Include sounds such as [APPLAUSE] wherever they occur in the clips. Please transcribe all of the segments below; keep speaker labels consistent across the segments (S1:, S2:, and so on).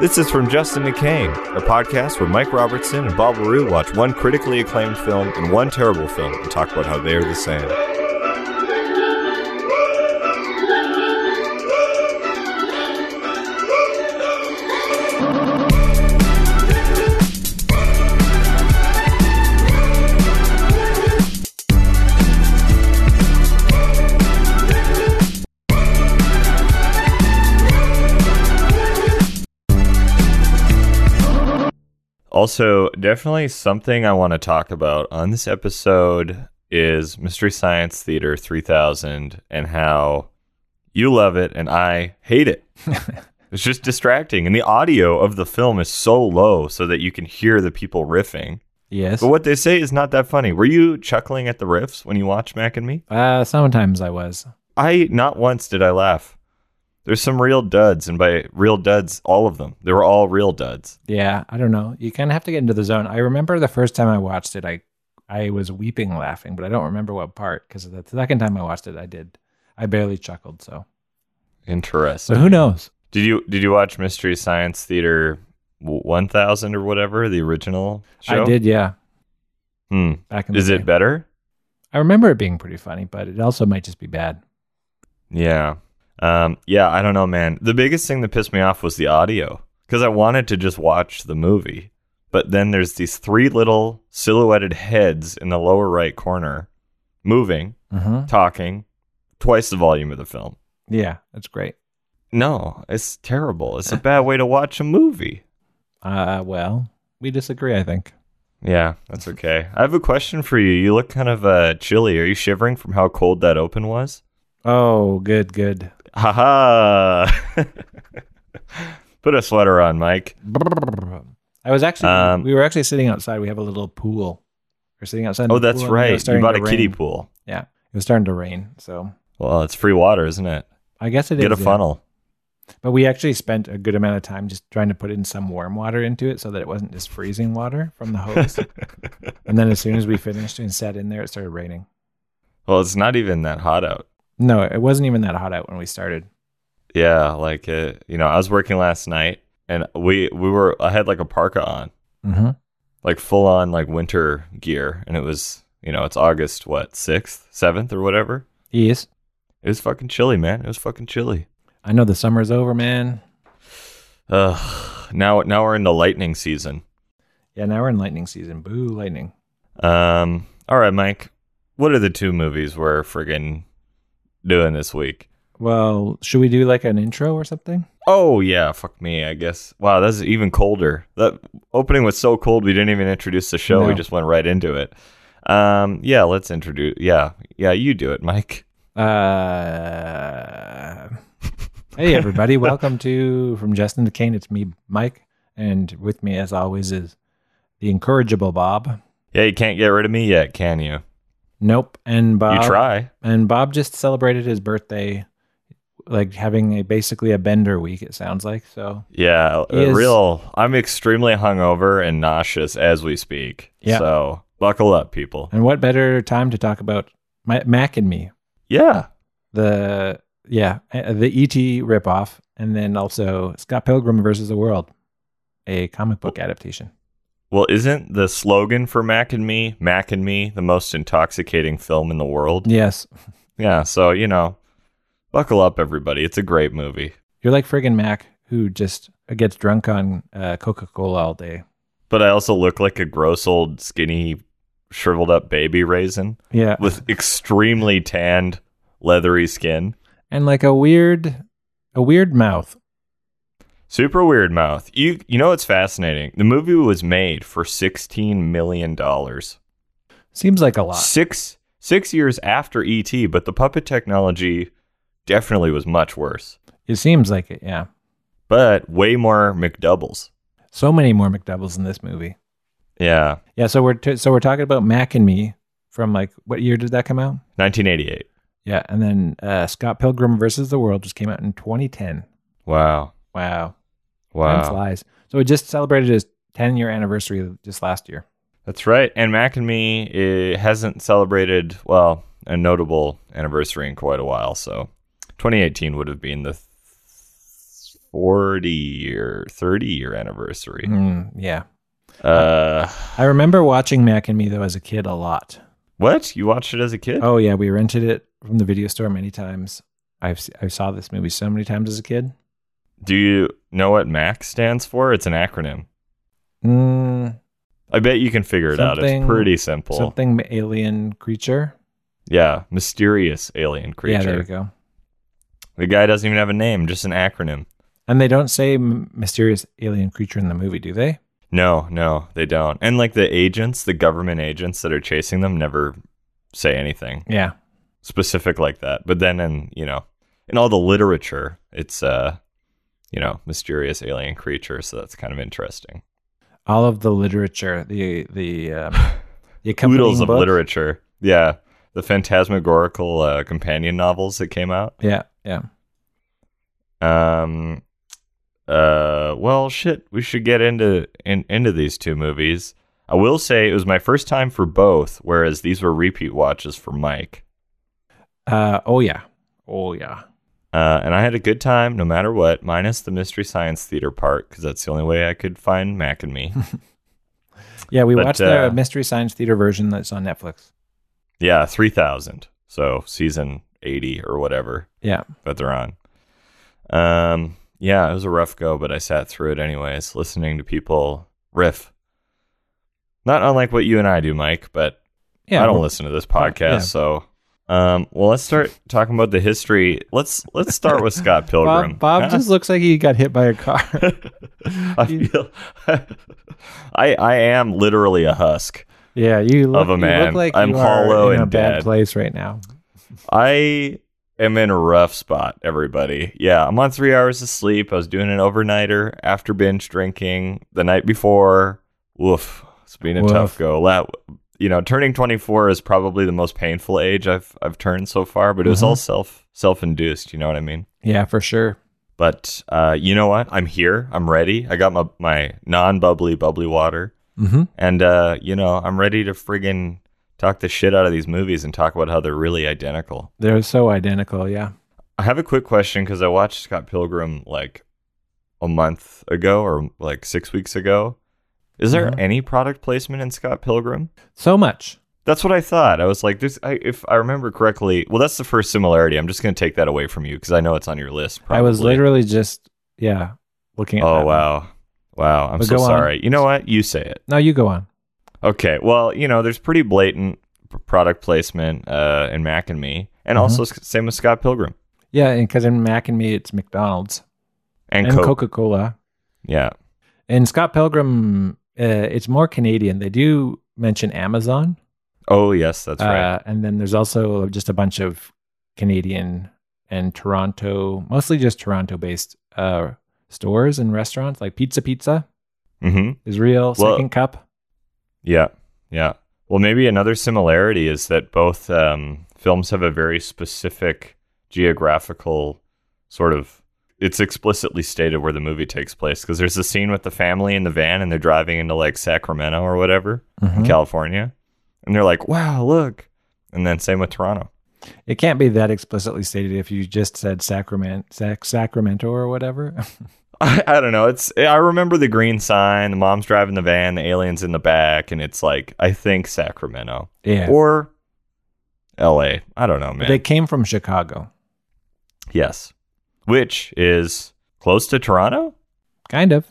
S1: This is from Justin McCain, a podcast where Mike Robertson and Bob LaRue watch one critically acclaimed film and one terrible film and talk about how they are the same. Also, definitely something I want to talk about on this episode is Mystery Science Theater 3000 and how you love it and I hate it. it's just distracting. And the audio of the film is so low so that you can hear the people riffing.
S2: Yes.
S1: But what they say is not that funny. Were you chuckling at the riffs when you watched Mac and Me?
S2: Uh, sometimes I was.
S1: I, not once did I laugh. There's some real duds, and by real duds, all of them. They were all real duds.
S2: Yeah, I don't know. You kind of have to get into the zone. I remember the first time I watched it, I I was weeping laughing, but I don't remember what part because the second time I watched it, I did. I barely chuckled. So, so
S1: Interesting.
S2: who knows?
S1: Did you did you watch Mystery Science Theater one thousand or whatever the original show?
S2: I did. Yeah.
S1: Hmm.
S2: Back in the
S1: Is
S2: day.
S1: it better?
S2: I remember it being pretty funny, but it also might just be bad.
S1: Yeah. Um, yeah. I don't know, man. The biggest thing that pissed me off was the audio because I wanted to just watch the movie, but then there's these three little silhouetted heads in the lower right corner, moving,
S2: hmm
S1: talking, twice the volume of the film.
S2: Yeah, that's great.
S1: No, it's terrible.
S2: Eh.
S1: It's a bad way to watch a movie.
S2: Uh, well, we disagree. I think.
S1: Yeah, that's okay. I have a question for you. You look kind of uh, chilly. Are you shivering from how cold that open was?
S2: Oh, good, good.
S1: Haha. [LAUGHS] Put a sweater on, Mike.
S2: I was actually.
S1: Um,
S2: we were actually sitting outside. We have a little pool. We're sitting outside. in
S1: Oh,
S2: the
S1: that's
S2: pool and it was
S1: right. You
S2: starting
S1: bought
S2: to
S1: a kiddie
S2: rain.
S1: pool.
S2: Yeah, it was starting to rain, so
S1: Well, it's free water, isn't it?
S2: I guess it is.
S1: Get a
S2: yeah.
S1: funnel. [LAUGHS]
S2: But we actually spent a good amount of time just trying to put in some warm water into it so that it wasn't just freezing water from
S1: [LAUGHS]
S2: the hose. and then as soon as we finished and sat in there, it started raining.
S1: Well, it's not even that hot out.
S2: No, it wasn't even that hot out when we started.
S1: Yeah, like uh, you know, I was working last night, and we we were I had like a parka on,
S2: Mm-hmm.
S1: like full on like winter gear, and it was you know it's August what sixth, seventh, or whatever.
S2: Yes.
S1: It was fucking chilly, man. It was fucking chilly.
S2: I know the summer's over, man.
S1: Ugh. Now, now we're in the lightning season.
S2: Yeah, now we're in lightning season. Boo, lightning.
S1: Um. All right, Mike. What are the two movies we're friggin' doing this week?
S2: Well, should we do like an intro or something?
S1: Oh yeah, fuck me. I guess. Wow, that's even colder. That opening was so cold we didn't even introduce the show. We
S2: No.
S1: just went right into it. Um. Yeah. Let's introduce. Yeah. Yeah. You do it, Mike.
S2: Uh, hey, everybody. Welcome to From Justin to Kane. It's me, Mike. And with me, as always, is the incorrigible Bob.
S1: Yeah. You can't get rid of me yet, can you?
S2: Nope. And Bob.
S1: you try.
S2: And Bob just celebrated his birthday, like having a basically a bender week, it sounds like. So,
S1: Yeah.
S2: He
S1: a
S2: is-
S1: real. I'm extremely hungover and nauseous as we speak.
S2: Yeah.
S1: So buckle up, people.
S2: and what better time to talk about my, Mac and me,
S1: Yeah.
S2: the, yeah, uh, the ET ripoff, and then also Scott Pilgrim versus the World, a comic
S1: Oh.
S2: book adaptation.
S1: Well, isn't the slogan for Mac and Me, Mac and Me, the most intoxicating film in the world?
S2: Yes.
S1: Yeah, so, you know, buckle up, everybody. It's a great movie.
S2: You're like friggin' Mac who just gets drunk on uh, Coca Cola all day.
S1: But I also look like a gross old, skinny, shriveled up baby raisin
S2: [LAUGHS] Yeah.
S1: with extremely tanned, leathery skin.
S2: And like a weird, a weird mouth.
S1: Super weird mouth. You, you know, it's fascinating. The movie was made for $16 million.
S2: Seems like a lot.
S1: Six, six years after E.T., but the puppet technology definitely was much worse.
S2: It seems like it, yeah.
S1: but way more McDoubles.
S2: So many more McDoubles in this movie.
S1: Yeah,
S2: Yeah, so we're t- so we're talking about Mac and Me from like what year did that come out?
S1: 1988.
S2: Yeah, and then uh, Scott Pilgrim versus the World just came out in 2010.
S1: Wow,
S2: Wow, time
S1: wow,
S2: flies. So it just celebrated its 10 year anniversary just last year.
S1: that's right. And Mac and Me it hasn't celebrated well a notable anniversary in quite a while, so 2018 would have been the 40 or 30 year anniversary.
S2: Mm, yeah.
S1: Uh,
S2: I remember watching Mac and Me though as a kid a lot.
S1: what? You watched it as a kid?
S2: [LAUGHS] Oh yeah, we rented it from the video store many times. I've se- I saw this movie so many times as a kid.
S1: Do you know what MAC stands for? It's an acronym.
S2: Mm,
S1: I bet you can figure it out. It's
S2: Something-
S1: pretty simple.
S2: something alien creature.
S1: Yeah, mysterious alien
S2: Yeah, there
S1: creature.
S2: we go.
S1: the guy doesn't even have a name, just an acronym.
S2: And they don't say m- mysterious alien creature in the movie, do they?
S1: No, no, they don't. And like the agents, the government agents that are chasing them never say anything
S2: Yeah.
S1: specific like that. But then in, you know, in all the literature, it's uh, you know, mysterious alien creature, so that's kind of interesting.
S2: All of the literature, the
S1: [LAUGHS]
S2: the um, the accompanying
S1: Oodles of
S2: book.
S1: literature. Yeah. The phantasmagorical uh, companion novels that came out.
S2: Yeah, yeah.
S1: Um uh well shit, we should get into in, into these two movies. I will say it was my first time for both, whereas these were repeat watches for Mike.
S2: Uh, oh yeah, oh yeah.
S1: Uh, and I had a good time no matter what, minus the Mystery Science Theater part, because that's the only way I could find Mac and me.
S2: Yeah, we
S1: But,
S2: watched
S1: uh,
S2: the Mystery Science Theater version that's on Netflix.
S1: yeah, 3000. So season 80 or whatever
S2: Yeah.
S1: that they're on. Um, yeah, it was a rough go, but I sat through it anyways, listening to people riff. Not unlike what you and I do, Mike, but
S2: Yeah.
S1: I don't
S2: we're-
S1: listen to this
S2: Uh,
S1: podcast,
S2: yeah.
S1: so um, well, let's start talking about the history. Let's let's start with Scott
S2: [LAUGHS]
S1: Pilgrim.
S2: Bob,
S1: [LAUGHS]
S2: Bob
S1: Huh?
S2: just looks like he got hit by a car. [LAUGHS]
S1: I feel [LAUGHS] I I am literally a husk.
S2: yeah, you look,
S1: Of a
S2: You
S1: man.
S2: look like
S1: I'm
S2: you are
S1: hollow
S2: in a
S1: and dead.
S2: bad place right now.
S1: I am in a rough spot, everybody. Yeah, I'm on three hours of sleep. I was doing an overnighter after binge drinking the night before. Woof, it's been a
S2: Woof.
S1: tough go. La- you know, turning 24 is probably the most painful age I've I've turned so far, but it was
S2: Mhm.
S1: all self self induced. You know what I mean?
S2: Yeah, for sure.
S1: But uh, you know what? I'm here. I'm ready. I got my my non bubbly bubbly water.
S2: Mm-hmm.
S1: And uh, you know, I'm ready to friggin' talk the shit out of these movies and talk about how they're really identical.
S2: They're so identical. Yeah.
S1: I have a quick question because I watched Scott Pilgrim like a month ago or like six weeks ago. Is there
S2: Mhm.
S1: any product placement in Scott Pilgrim?
S2: So much.
S1: That's what I thought. I was like, this, I, if I remember correctly, well, that's the first similarity. I'm just going to take that away from you because I know it's on your list. Probably.
S2: I was literally just yeah looking at. that
S1: Oh
S2: one.
S1: wow, wow! I'm
S2: But
S1: so
S2: go on.
S1: sorry. You know what? You say it.
S2: No, you go on.
S1: Okay. Well, you know, there's pretty blatant p- product placement uh, in Mac and Me, and
S2: Mhm.
S1: also s- same with Scott Pilgrim
S2: Yeah, because in Mac and me, it's McDonald's
S1: and,
S2: and,
S1: Coke.
S2: Coca Cola.
S1: Yeah.
S2: And Scott Pilgrim, uh, it's more Canadian. They do mention Amazon.
S1: Oh yes, that's right.
S2: Uh, and then there's also just a bunch of Canadian and Toronto, mostly just Toronto based uh, stores and restaurants like Pizza Pizza
S1: Mm-hmm.
S2: is real,
S1: Well-
S2: Second Cup.
S1: Yeah. Yeah. Well, maybe another similarity is that both um, films have a very specific geographical sort of. It's explicitly stated where the movie takes place because there's a scene with the family in the van and they're driving into like Sacramento or whatever in
S2: Mhm.
S1: California, and they're like, "Wow, look!" And then same with Toronto. [LAUGHS]
S2: It can't be that explicitly stated if you just said Sacrament, Sac- Sacramento or whatever. [LAUGHS]
S1: I, I don't know. It's I remember the green sign, the mom's driving the van, the aliens in the back, and it's like I think Sacramento
S2: yeah.
S1: or L.A. I don't know,
S2: But
S1: man.
S2: they came from Chicago,
S1: Yes. Which is close to Toronto?
S2: kind of.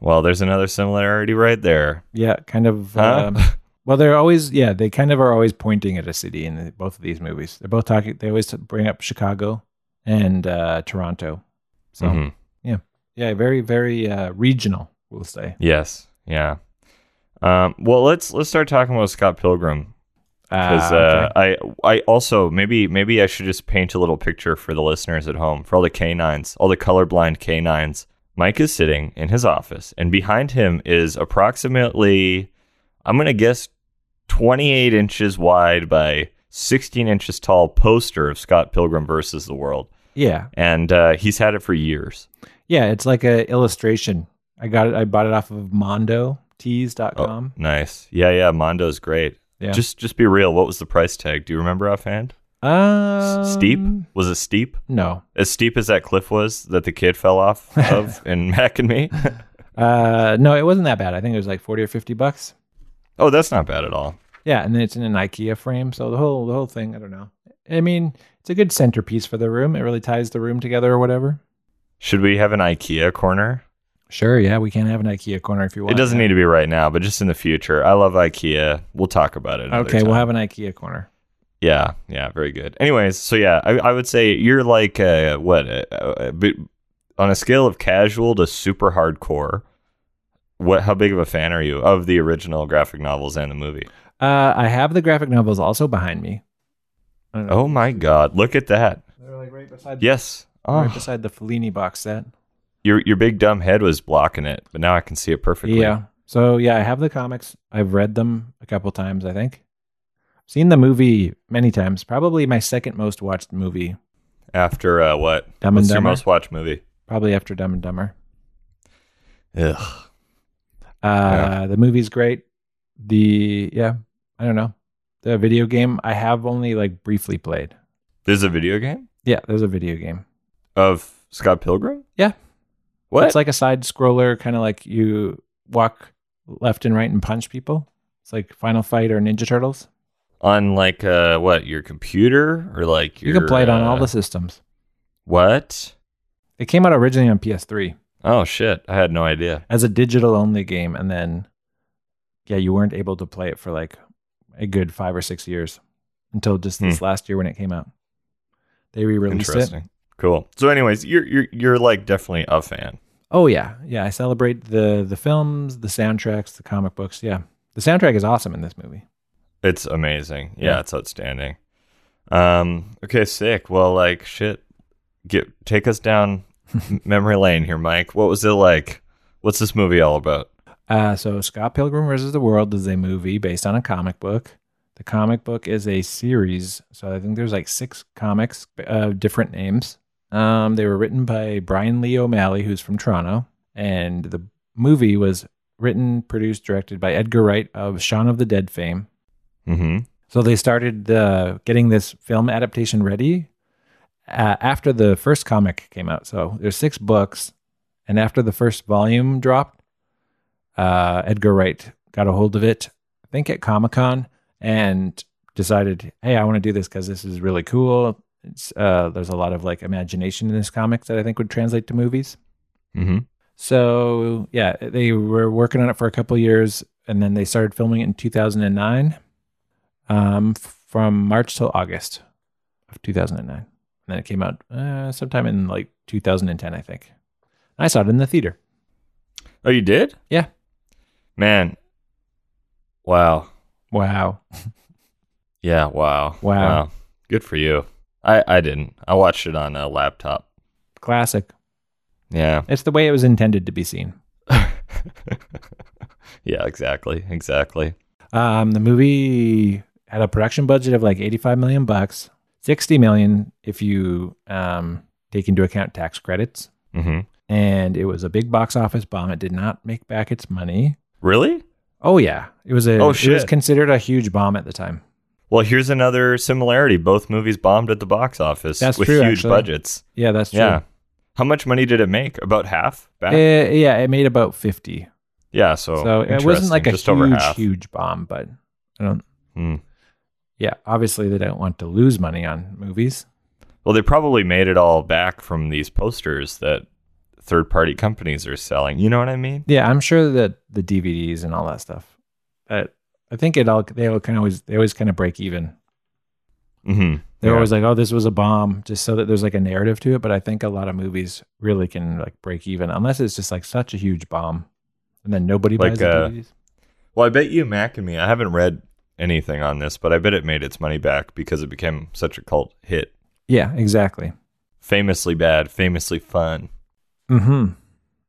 S1: Well, there's another similarity right there.
S2: Yeah, kind of.
S1: Huh?
S2: Um, well, they're always yeah. They kind of are always pointing at a city in the, both of these movies. They're both talking. They always bring up Chicago and uh, Toronto. So
S1: Mhm.
S2: yeah, very very uh, regional. We'll say.
S1: Yes. Yeah. Um, well, let's let's start talking about Scott Pilgrim because uh,
S2: Ah, okay.
S1: I I also maybe maybe I should just paint a little picture for the listeners at home for all the canines, all the colorblind canines. Mike is sitting in his office, and behind him is approximately, I'm gonna guess, 28 inches wide by 16 inches tall poster of Scott Pilgrim versus the World,
S2: yeah
S1: and uh, he's had it for years.
S2: yeah. It's like a illustration. I got it. I bought it off of MondoTees.com.
S1: Nice, Oh, yeah, yeah. Mondo's great.
S2: Yeah.
S1: Just just be real. What was the price tag? Do you remember offhand?
S2: Uh, Um,
S1: S- steep? Was it steep?
S2: No.
S1: As steep as that cliff was that the kid fell
S2: [LAUGHS]
S1: off of in Mac and Me?
S2: Uh, no, it wasn't that bad. I think it was like forty or fifty bucks.
S1: Oh, that's not bad at all.
S2: Yeah, and then it's in an IKEA frame, so the whole the whole thing. I don't know. I mean, it's a good centerpiece for the room. It really ties the room together or whatever.
S1: Should we have an IKEA corner?
S2: Sure. Yeah, we can have an IKEA corner if you want.
S1: It doesn't need to be right now, but just in the future. I love IKEA. We'll talk about it. another
S2: Okay, we'll
S1: time.
S2: have an IKEA corner.
S1: Yeah, yeah, very good. Anyways, so yeah, I, I would say you're like uh, what uh, uh, but on a scale of casual to super hardcore. What? How big of a fan are you of the original graphic novels and the movie?
S2: Uh, I have the graphic novels also behind me. I don't know.
S1: Oh my God! Look at that.
S2: they're like right beside.
S1: Yes.
S2: right
S1: Oh,
S2: beside the Fellini box set.
S1: your your big dumb head was blocking it, but now I can see it perfectly.
S2: Yeah. So yeah, I have the comics. I've read them a couple times, I think. Seen the movie many times. Probably my second most watched movie,
S1: After uh, what?
S2: Dumb and
S1: What's your
S2: Dumber.
S1: most watched movie?
S2: probably after Dumb and Dumber.
S1: Ugh.
S2: Uh the movie's great. The yeah, I don't know. The video game I have only like briefly played.
S1: There's a video game
S2: Yeah, there's a video game.
S1: of Scott Pilgrim.
S2: Yeah.
S1: What?
S2: It's like a side scroller, kind of like you walk left and right and punch people. It's like Final Fight or Ninja Turtles.
S1: on like uh what your computer or like your
S2: you can play it on all
S1: uh,
S2: the systems.
S1: What?
S2: It came out originally on PS3
S1: Oh shit! I had no idea.
S2: as a digital only game, and then yeah, you weren't able to play it for like a good five or six years until just this last year when it came out. They re-released it.
S1: Interesting. Cool. So, anyways, you're you're you're like definitely a fan.
S2: Oh yeah, yeah. I celebrate the the films, the soundtracks, the comic books. Yeah, the soundtrack is awesome in this movie.
S1: It's amazing. Yeah,
S2: Yeah.
S1: it's outstanding. Um. Okay. Sick. Well, like shit. Get take us down
S2: [LAUGHS]
S1: memory lane here, Mike. What was it like? What's this movie all about?
S2: Uh, so Scott Pilgrim vs. the World is a movie based on a comic book. The comic book is a series, so I think there's like six comics of different names. Um, they were written by Brian Lee O'Malley, who's from Toronto, and the movie was written, produced, directed by Edgar Wright of Shaun of the Dead fame.
S1: Mm-hmm.
S2: So they started the getting this film adaptation ready uh, after the first comic came out. So there's six books, and after the first volume dropped, uh, Edgar Wright got a hold of it, I think at Comic Con, and decided, hey, I want to do this because this is really cool. It's, uh, there's a lot of like imagination in this comic that I think would translate to movies.
S1: Mm-hmm.
S2: So yeah, they were working on it for a couple years, and then they started filming it in 2009, um, f- from March till August of 2009, and then it came out uh, sometime in like 2010, I think. I saw it in the theater.
S1: Oh, you did?
S2: Yeah.
S1: Man. Wow.
S2: Wow.
S1: Yeah. Wow.
S2: Wow.
S1: Good for you. I I didn't. I watched it on a laptop.
S2: Classic.
S1: Yeah. [LAUGHS]
S2: It's the way it was intended to be seen.
S1: yeah, exactly. Exactly.
S2: Um, the movie had a production budget of like 85 million bucks, 60 million if you um, take into account tax credits.
S1: hmm
S2: and it was a big box office bomb. It did not make back its money.
S1: Really?
S2: Oh yeah, it was a
S1: Oh,
S2: it was
S1: shit.
S2: considered a huge bomb at the time.
S1: Well, here's another similarity. Both movies bombed at the box office
S2: That's
S1: with
S2: true,
S1: huge
S2: actually.
S1: budgets.
S2: Yeah, that's true.
S1: Yeah. How much money did it make? About half back?
S2: Uh, yeah, it made about 50.
S1: yeah, so,
S2: so it wasn't like a
S1: Oh, interesting. just over
S2: huge
S1: half.
S2: huge bomb, but I don't
S1: Hmm.
S2: yeah, obviously they don't want to lose money on movies.
S1: Well, they probably made it all back from these posters that third-party companies are selling. You know what I mean?
S2: Yeah, I'm sure that the DVDs and all that stuff. But I think it all they all kind of always they always kind of break even.
S1: Mhm.
S2: They're
S1: Yeah.
S2: always like, "Oh, this was a bomb," just so that there's like a narrative to it. But I think a lot of movies really can like break even unless it's just like such a huge bomb, and then nobody
S1: Like,
S2: buys the
S1: uh,
S2: DVDs.
S1: Well, I bet you Mac and me. I haven't read anything on this, but I bet it made its money back because it became such a cult hit.
S2: Yeah, exactly.
S1: Famously bad, famously fun.
S2: Hmm.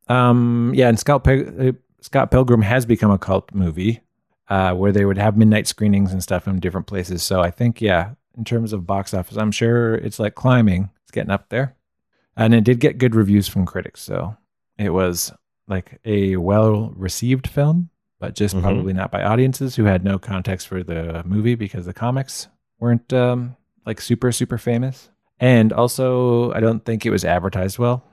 S2: Um. Yeah, and Scott Pil- uh, Scott Pilgrim has become a cult movie, uh, where they would have midnight screenings and stuff in different places. So I think, yeah, in terms of box office, I'm sure it's like climbing. It's getting up there, and it did get good reviews from critics. So it was like a well received film, but just
S1: Mhm.
S2: probably not by audiences who had no context for the movie because the comics weren't um, like super super famous. And also, I don't think it was advertised well,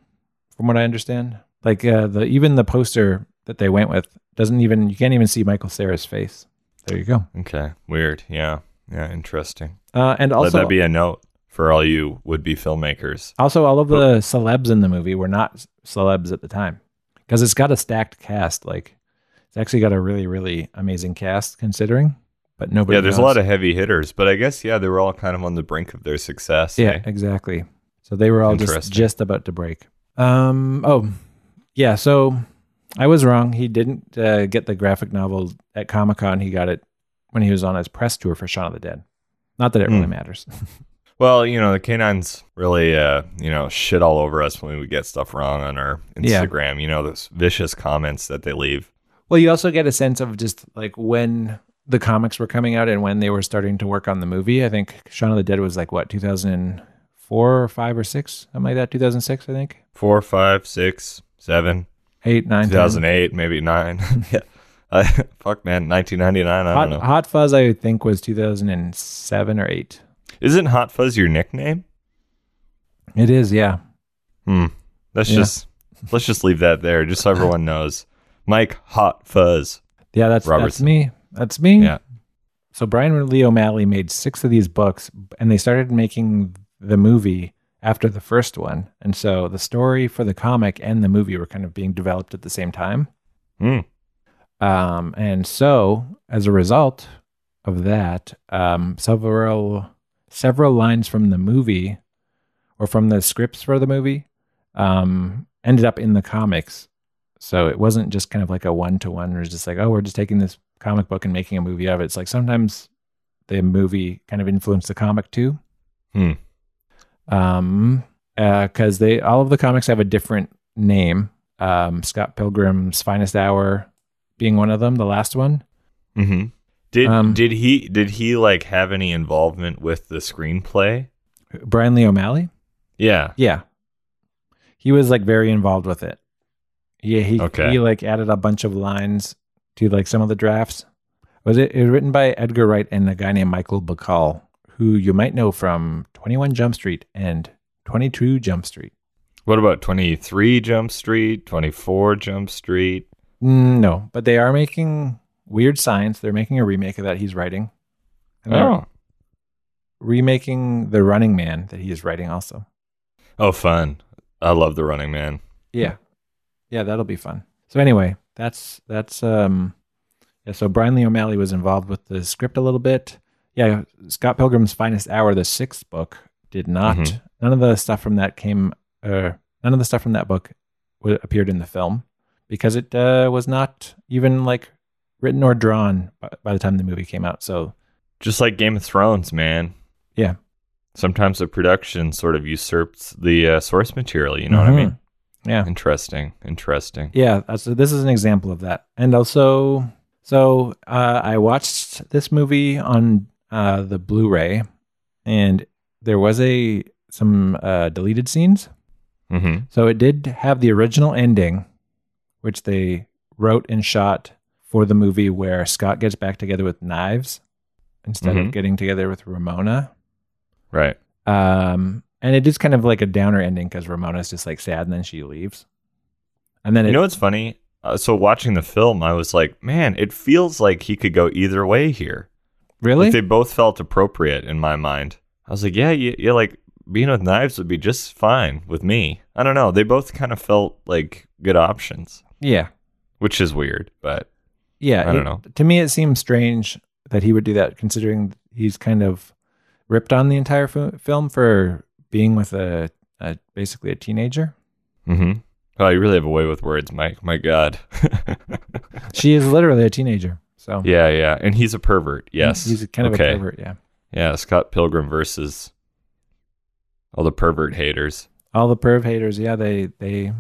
S2: from what I understand. Like uh, the even the poster that they went with doesn't even you can't even see Michael Sarah's face. There you go.
S1: Okay. Weird. Yeah. Yeah. Interesting.
S2: Uh, and
S1: Let
S2: also,
S1: that be a note for all you would be filmmakers.
S2: also all of the celebs in the movie were not celebs at the time because it's got a stacked cast. Like it's actually got a really really amazing cast considering, but nobody.
S1: yeah. There's a
S2: knows.
S1: lot of heavy hitters, but I guess, yeah, they were all kind of on the brink of their success.
S2: Yeah,
S1: eh?
S2: exactly. So they were all just
S1: Interesting.
S2: just about to break. Um. Oh, yeah. So I was wrong. He didn't uh, get the graphic novel at Comic Con. He got it when he was on his press tour for Shaun of the Dead. Not that it really
S1: Hmm.
S2: matters. [LAUGHS]
S1: Well, you know, the canines really, uh, you know, shit all over us when we get stuff wrong on our
S2: Yeah.
S1: Instagram. You know, those vicious comments that they leave.
S2: well, you also get a sense of just like when the comics were coming out and when they were starting to work on the movie. I think Shaun of the Dead was like what 2004 or five or six, something like that. 2006, I think.
S1: Four, five, six, seven,
S2: Eight, nine,
S1: two
S2: 10.
S1: thousand eight, maybe
S2: [LAUGHS]
S1: nine. [LAUGHS] yeah. Uh, fuck, man. 1999. I
S2: Hot,
S1: don't know.
S2: Hot Fuzz, I think, was 2007 or eight.
S1: Isn't Hot Fuzz your nickname?
S2: It is, yeah.
S1: Hmm. Let's
S2: Yeah.
S1: just let's just leave that there, just so
S2: [LAUGHS]
S1: everyone knows. Mike Hot Fuzz.
S2: Yeah, that's that's
S1: Robertson.
S2: me. That's me.
S1: Yeah.
S2: So Brian Lee O'Malley made six of these books, and they started making the movie after the first one, and so the story for the comic and the movie were kind of being developed at the same time.
S1: Hmm.
S2: Um, and so as a result of that, um, several several lines from the movie or from the scripts for the movie um, ended up in the comics. So it wasn't just kind of like a one to one, or just like, oh, we're just taking this comic book and making a movie of it. It's like sometimes the movie kind of influenced the comic too.
S1: Hmm.
S2: Um, because they all of the comics have a different name. Um, Scott Pilgrim's Finest Hour being one of them, the last one.
S1: Mm-hmm. Did
S2: Um,
S1: did he did he like have any involvement with the screenplay?
S2: Brian Lee O'Malley.
S1: Yeah.
S2: Yeah. He was like very involved with it. Yeah, he
S1: Okay.
S2: he like added a bunch of lines to like some of the drafts. Was it, it was written by Edgar Wright and a guy named Michael Bacall, who you might know from 21 Jump Street and 22 Jump Street.
S1: What about 23 Jump Street, 24 Jump Street?
S2: Mm, no, but they are making Weird Science. They're making a remake of that he's writing. And they're
S1: Oh.
S2: remaking The Running Man that he is writing also.
S1: Oh, fun. I love The Running Man.
S2: Yeah. Yeah, that'll be fun. So anyway, that's that's um yeah, so Brian Lee O'Malley was involved with the script a little bit. Yeah, Scott Pilgrim's Finest Hour, the sixth book, did not.
S1: Mhm.
S2: None of the stuff from that came uh none of the stuff from that book wa- appeared in the film because it uh, was not even like written or drawn by, by the time the movie came out. So
S1: Just like Game of Thrones, man.
S2: Yeah.
S1: Sometimes the production sort of usurps the uh, source material, you know what I mean?
S2: Mm-hmm. Yeah.
S1: Interesting. Interesting.
S2: Yeah, uh, so this is an example of that. And also, so uh, I watched this movie on uh, the Blu-ray, and there was a some uh, deleted scenes.
S1: hmm
S2: So it did have the original ending, which they wrote and shot for the movie where Scott gets back together with knives instead
S1: Mhm.
S2: of getting together with Ramona.
S1: Right.
S2: Um, and it is kind of like a downer ending because Ramona's just like sad and then she leaves. And then it,
S1: you know what's funny? Uh, so watching the film, I was like, man, it feels like he could go either way here.
S2: really
S1: Like they both felt appropriate in my mind. I was like, yeah, you, you're like being with knives would be just fine with me. I don't know. They both kind of felt like good options,
S2: yeah.
S1: which is weird, but
S2: Yeah,
S1: I don't
S2: it-
S1: know.
S2: To me, it seems strange that he would do that, considering he's kind of ripped on the entire f- film for being with a, a basically
S1: [LAUGHS]
S2: a teenager.
S1: mm-hmm. oh, you really have a way with words, Mike. My God. [LAUGHS]
S2: She is literally a teenager, so
S1: yeah, yeah. And he's a pervert. Yes.
S2: he's kind of
S1: okay.
S2: a pervert. Yeah,
S1: Yeah, Scott Pilgrim versus all the pervert haters.
S2: all the perv haters. Yeah, they they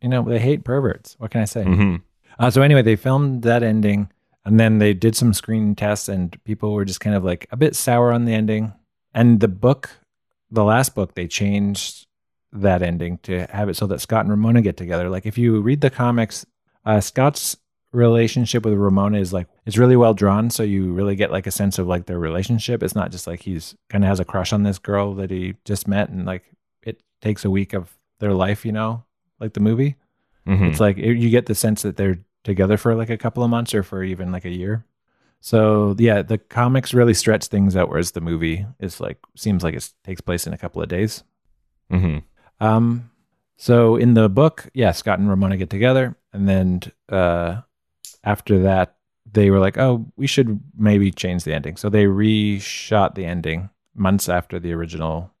S2: you know they hate perverts. What can I say?
S1: Mm-hmm.
S2: Uh, so anyway, they filmed that ending, and then they did some screen tests, and people were just kind of like a bit sour on the ending. And the book, the last book, they changed that ending to have it so that Scott and Ramona get together. Like if you read the comics, uh, Scott's relationship with Ramona is like it's really well drawn so you really get like a sense of like their relationship it's not just like he's kind of has a crush on this girl that he just met and like it takes a week of their life you know like the movie
S1: Mhm.
S2: it's like it, you get the sense that they're together for like a couple of months or for even like a year so yeah the comics really stretch things out whereas the movie is like seems like it takes place in a couple of days
S1: Mhm.
S2: um, so in the book, yeah, Scott and Ramona get together, and then uh, after that, they were like, "Oh, we should maybe change the ending." So they reshot the ending months after the original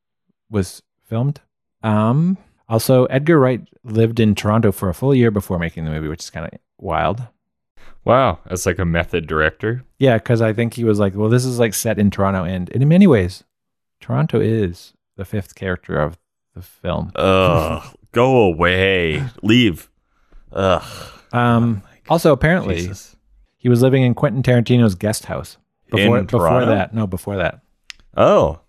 S2: was filmed. Um, also, Edgar Wright lived in Toronto for a full year before making the movie, which is kind of wild.
S1: Wow, as like a method director.
S2: Yeah, because I think he was like, "Well, this is like set in Toronto," and in many ways, Toronto is the fifth character of the film. [LAUGHS]
S1: Ugh, go away, leave. Ugh.
S2: Um,
S1: Oh my God.
S2: also, apparently,
S1: Jesus.
S2: he was living in Quentin Tarantino's guest house before
S1: In
S2: before
S1: Toronto?
S2: that. No, before that,
S1: Oh,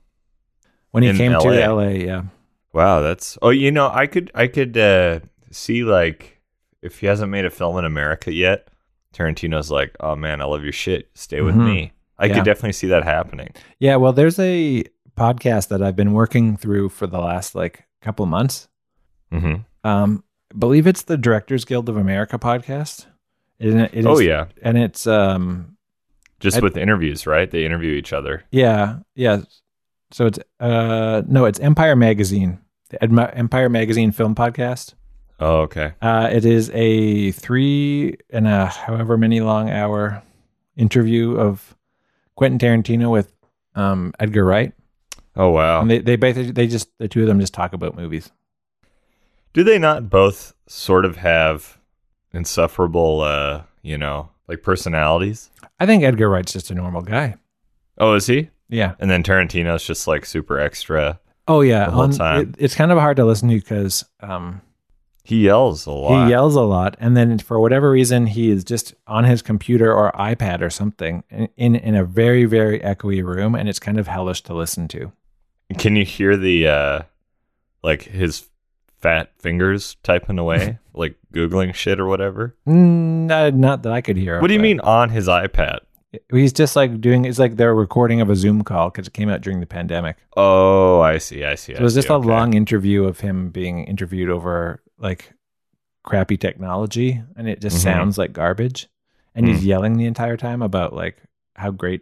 S2: when he
S1: In
S2: came
S1: LA.
S2: to LA, yeah,
S1: wow, that's. Oh, you know, I could, I could uh, see like if he hasn't made a film in America yet, Tarantino's like, oh man, I love your shit. Stay with
S2: Mhm.
S1: me. I
S2: Yeah.
S1: could definitely see that happening.
S2: yeah. Well, there's a podcast that I've been working through for the last like couple months.
S1: hmm
S2: Um, I believe it's the Directors Guild of America podcast. And it is,
S1: Oh yeah,
S2: and it's um,
S1: just
S2: I-
S1: with interviews, right? They interview each other.
S2: yeah, yeah. So it's uh, no, it's Empire Magazine, the Edmi- Empire Magazine film podcast.
S1: Oh, okay.
S2: Uh, it is a three and a however many long hour interview of Quentin Tarantino with um, Edgar Wright,
S1: Oh wow.
S2: and they they basically they just the two of them just talk about movies.
S1: Do they not both sort of have insufferable, uh, you know, like personalities?
S2: I think Edgar Wright's just a normal guy.
S1: Oh, is he?
S2: Yeah.
S1: And then Tarantino's just like super extra.
S2: Oh yeah.
S1: The whole time.
S2: it- it's kind of hard to listen to because um,
S1: He yells a lot.
S2: He yells a lot, and then for whatever reason, he is just on his computer or iPad or something in in, in a very very echoey room, and it's kind of hellish to listen to.
S1: Can you hear the uh like his fat fingers typing [LAUGHS] away, like googling shit or whatever?
S2: Mm, not, not that I could hear.
S1: What do you
S2: but-
S1: mean on his iPad?
S2: He's just like doing. It's like their recording of a Zoom call because it came out during the pandemic.
S1: Oh, I see. I see.
S2: so it was just
S1: a
S2: a long interview of him being interviewed over like crappy technology, and it just
S1: Mhm.
S2: sounds like garbage. And
S1: Mm.
S2: he's yelling the entire time about like how great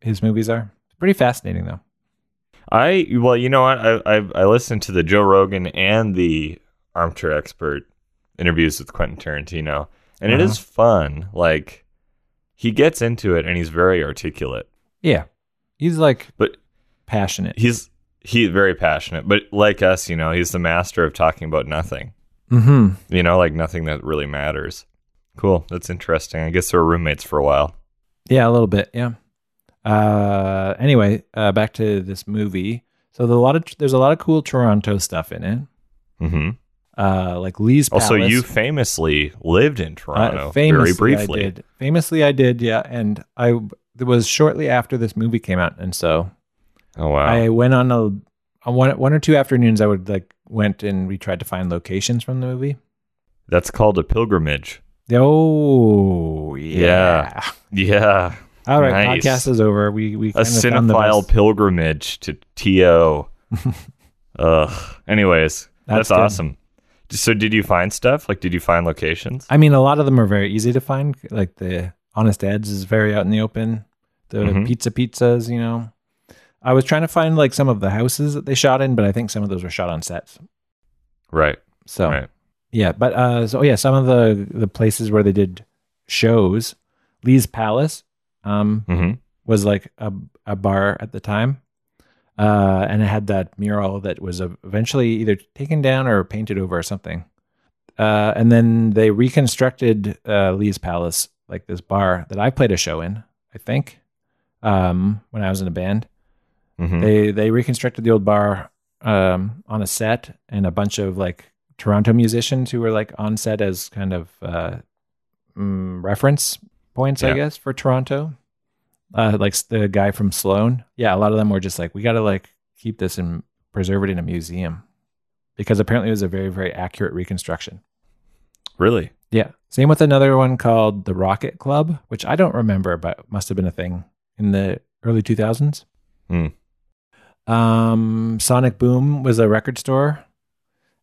S2: his movies are. Pretty fascinating though.
S1: I well, you know what? I, I I listened to the Joe Rogan and the Armchair Expert interviews with Quentin Tarantino, and it
S2: Uh-huh.
S1: is fun. Like he gets into it, and he's very articulate.
S2: Yeah, he's like
S1: But-
S2: passionate.
S1: He's he's very passionate, but like us, you know, he's the master of talking about nothing.
S2: hmm
S1: You know, like nothing that really matters. Cool, that's interesting. I guess they were roommates for a while.
S2: Yeah, a little bit. Yeah. Uh, anyway, uh, back to this movie. So the, a lot of there's a lot of cool Toronto stuff in it.
S1: hmm
S2: Uh, like Lee's Palace.
S1: Also, you famously lived in
S2: Uh,
S1: Toronto very
S2: famously,
S1: briefly.
S2: I did. Famously, I did. Yeah, and I it was shortly after this movie came out, and so
S1: Oh wow!
S2: I went on a on one one or two afternoons. I would like went and we tried to find locations from the movie.
S1: that's called a pilgrimage.
S2: Oh yeah.
S1: Yeah. Yeah.
S2: All right,
S1: Nice.
S2: podcast is over. We we
S1: a
S2: kind of found the
S1: cinephile
S2: best.
S1: pilgrimage to
S2: [LAUGHS]
S1: TO. Ugh. Anyways, that's,
S2: That's good.
S1: awesome. So, did you find stuff? Like, did you find locations?
S2: I mean, a lot of them are very easy to find. Like the Honest Ed's is very out in the open. The
S1: Mhm.
S2: pizza pizzas, you know. I was trying to find like some of the houses that they shot in, but I think some of those were shot on sets.
S1: Right.
S2: So
S1: Right.
S2: yeah, but uh, so yeah, some of the the places where they did shows, Lee's Palace, um,
S1: hmm
S2: was like a a bar at the time, uh, and it had that mural that was uh, eventually either taken down or painted over or something, uh, and then they reconstructed uh, Lee's Palace like this bar that I played a show in, I think, um, when I was in a band.
S1: hmm
S2: They they reconstructed the old bar um, on a set, and a bunch of like Toronto musicians who were like on set as kind of uh, mm, reference points, I
S1: Yeah.
S2: guess, for Toronto. Uh, like s- the guy from Sloan, yeah, a lot of them were just like, we got to like keep this and preserve it in a museum because apparently it was a very very accurate reconstruction.
S1: Really?
S2: Yeah, Same with another one called The Rocket Club, which I don't remember, but must have been a thing in the early 2000s.
S1: Hmm.
S2: Um, Sonic Boom was a record store,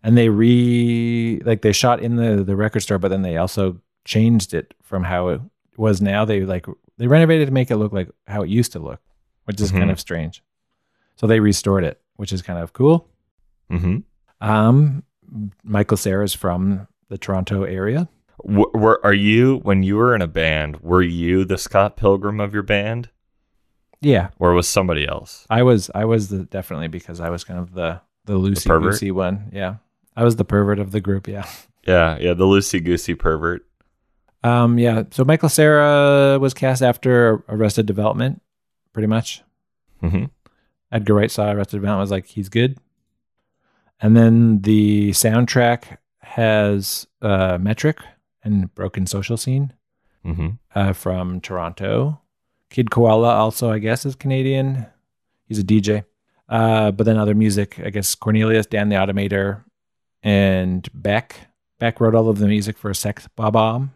S2: and they re like they shot in the the record store, but then they also changed it from how it was now. They like they renovated to make it look like how it used to look, which is kind
S1: Mhm.
S2: of strange. So they restored it, which is kind of cool.
S1: Mm-hmm.
S2: Um, Michael Sarah's from the Toronto area.
S1: W- were are you when you were in a band? Were you the Scott Pilgrim of your band,
S2: Yeah,
S1: or was somebody else?
S2: I was. I was the definitely because I was kind of the the loosey
S1: pervert?
S2: goosey one. Yeah, I was the pervert of the group. Yeah.
S1: Yeah, yeah, the loosey goosey pervert.
S2: Um. Yeah. So Michael Sarah was cast after Arrested Development, pretty much.
S1: Mm-hmm.
S2: Edgar Wright saw Arrested Development was like he's good, and then the soundtrack has uh, Metric and Broken Social Scene.
S1: Mm-hmm.
S2: uh, from Toronto. Kid Koala also, I guess, is Canadian. He's a DJ. Uh, but then other music, I guess Cornelius, Dan the Automator, and Beck. Beck wrote all of the music for Sex Bob Bomb.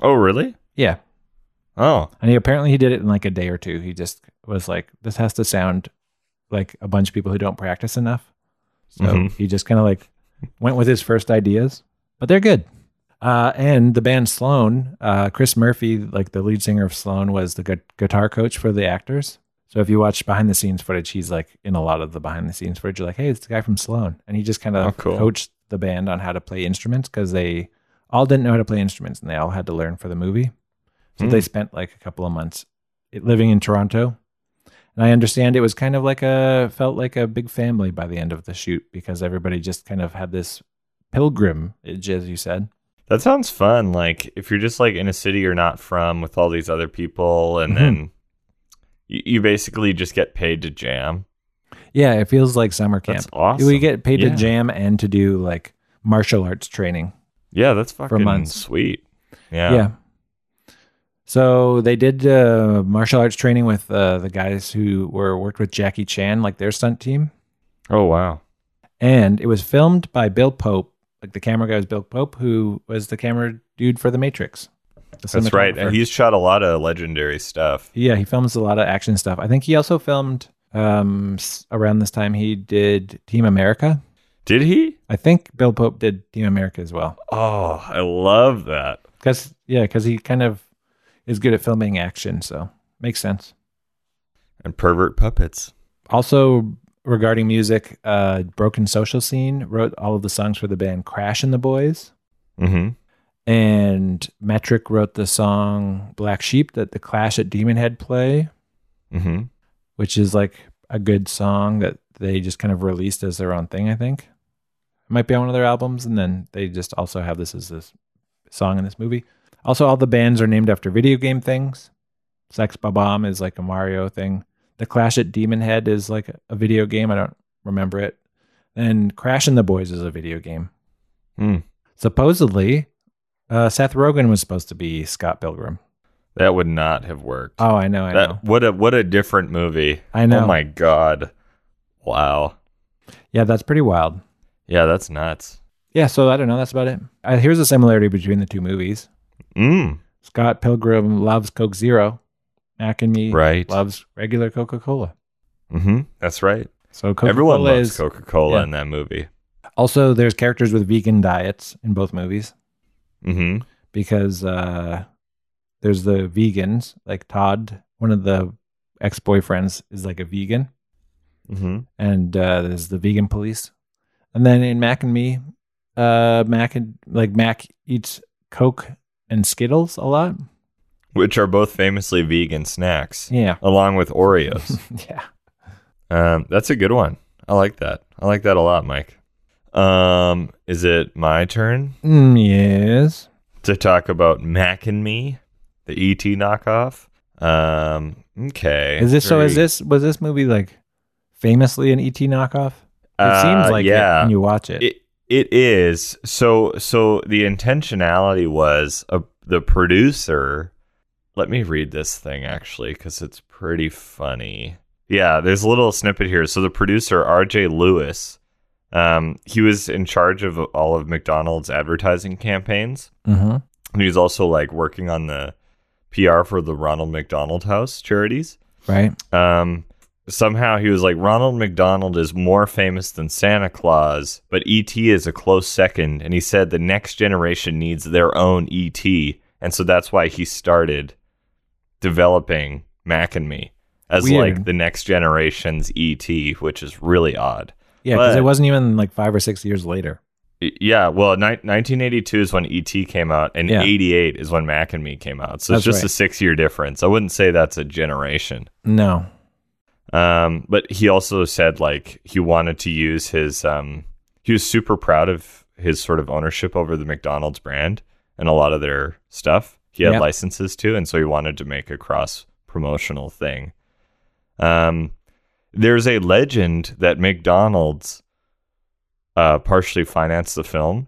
S1: Oh, really?
S2: Yeah.
S1: Oh,
S2: And he apparently he did it in like a day or two. He just was like, this has to sound like a bunch of people who don't practice enough. So
S1: Mhm.
S2: he just kind of like went with his first ideas, but they're good. Uh, and the band Sloan, uh, Chris Murphy, like the lead singer of Sloan, was the gu- guitar coach for the actors. So if you watch behind the scenes footage, he's like in a lot of the behind the scenes footage. You're like, hey, it's the guy from Sloan, and he just kind of
S1: Oh, cool.
S2: coached the band on how to play instruments because they all didn't know how to play instruments and they all had to learn for the movie. So
S1: Hmm.
S2: they spent like a couple of months it- living in Toronto. And I understand it was kind of like a felt like a big family by the end of the shoot because everybody just kind of had this pilgrimage, as you said.
S1: that sounds fun. Like if you're just like in a city you're not from with all these other people, and
S2: Mhm.
S1: then you, you basically just get paid to jam.
S2: Yeah, it feels like summer camp.
S1: That's awesome.
S2: We get paid
S1: Yeah.
S2: to jam and to do like martial arts training.
S1: yeah, that's fucking
S2: months.
S1: sweet.
S2: Yeah.
S1: Yeah.
S2: So they did uh, martial arts training with uh, the guys who were worked with Jackie Chan, like their stunt team.
S1: Oh wow.
S2: And it was filmed by Bill Pope, like the camera guy was Bill Pope, who was the camera dude for The Matrix. the
S1: That's right.
S2: cinematographer.
S1: And he's shot a lot of legendary stuff.
S2: yeah, he films a lot of action stuff. I think he also filmed um, s- around this time he did Team America.
S1: Did he?
S2: I think Bill Pope did Team America as well.
S1: Oh, I love that.
S2: Because yeah, because he kind of is good at filming action, so makes sense.
S1: And pervert puppets.
S2: Also regarding music, uh, Broken Social Scene wrote all of the songs for the band Crash and the Boys,
S1: Mm-hmm.
S2: and Metric wrote the song Black Sheep that the Clash at Demon Head play,
S1: Mm-hmm.
S2: which is like a good song that they just kind of released as their own thing. I think it might be on one of their albums, and then they just also have this as this song in this movie. Also, all the bands are named after video game things. Sex Bomb is like a Mario thing. The Clash at Demon Head is like a video game. I don't remember it. And Crash and the Boys is a video game.
S1: Hmm.
S2: Supposedly, uh, Seth Rogen was supposed to be Scott Pilgrim.
S1: That would not have worked.
S2: Oh, I know, I
S1: that,
S2: know,
S1: What a what a different movie.
S2: I know.
S1: Oh my god. Wow.
S2: yeah, that's pretty wild.
S1: Yeah, that's nuts.
S2: Yeah, so I don't know. That's about it. Uh, here's a similarity between the two movies.
S1: Mm.
S2: Scott Pilgrim loves Coke Zero. Mac and me
S1: Right.
S2: loves regular Coca Cola.
S1: Mm-hmm. That's right.
S2: So Coca-Cola
S1: Everyone loves
S2: is
S1: Coca Cola
S2: yeah.
S1: in that movie.
S2: also there's characters with vegan diets in both movies
S1: Mm-hmm.
S2: because uh, there's the vegans like Todd, one of the ex boyfriends, is like a vegan,
S1: Mm-hmm.
S2: and uh, there's the vegan police. And then in Mac and Me, uh, Mac and like Mac eats Coke and Skittles a lot.
S1: Which are both famously vegan snacks,
S2: Yeah. [LAUGHS]
S1: along with Oreos.
S2: yeah.
S1: um, that's a good one. I like that. I like that a lot, Mike. Um, is it my turn
S2: Mm, yes.
S1: to talk about Mac and Me, the ET knockoff? Um, okay.
S2: Is this so? Is
S1: Very-
S2: this was this movie like famously an ET knockoff? It
S1: Uh,
S2: seems like
S1: yeah.
S2: it when you watch it.
S1: it it is so so the intentionality was uh the producer let me read this thing actually because it's pretty funny yeah there's a little snippet here so the producer rj lewis um, he was in charge of all of mcdonald's advertising campaigns
S2: Mhm.
S1: And he's also like working on the PR for the Ronald McDonald House charities.
S2: right?
S1: Um, somehow he was like, Ronald McDonald is more famous than Santa Claus, but E.T. is a close second. And he said the next generation needs their own E.T. And so that's why he started developing Mac and Me as
S2: Weird.
S1: like the next generation's E.T., which is really odd.
S2: Yeah, because it
S1: But-
S2: wasn't even like five or six years later.
S1: Y- Yeah, well, ni- 1982 is when ET came out, and
S2: Yeah.
S1: 88 is when Mac and Me came out. So
S2: That's
S1: it's just
S2: right.
S1: a six year difference. I wouldn't say that's a generation.
S2: No,
S1: Um, but he also said like he wanted to use his um he was super proud of his sort of ownership over the McDonald's brand and a lot of their stuff. He had
S2: Yeah.
S1: licenses to, and so he wanted to make a cross promotional thing. Um there's a legend that McDonald's uh partially financed the film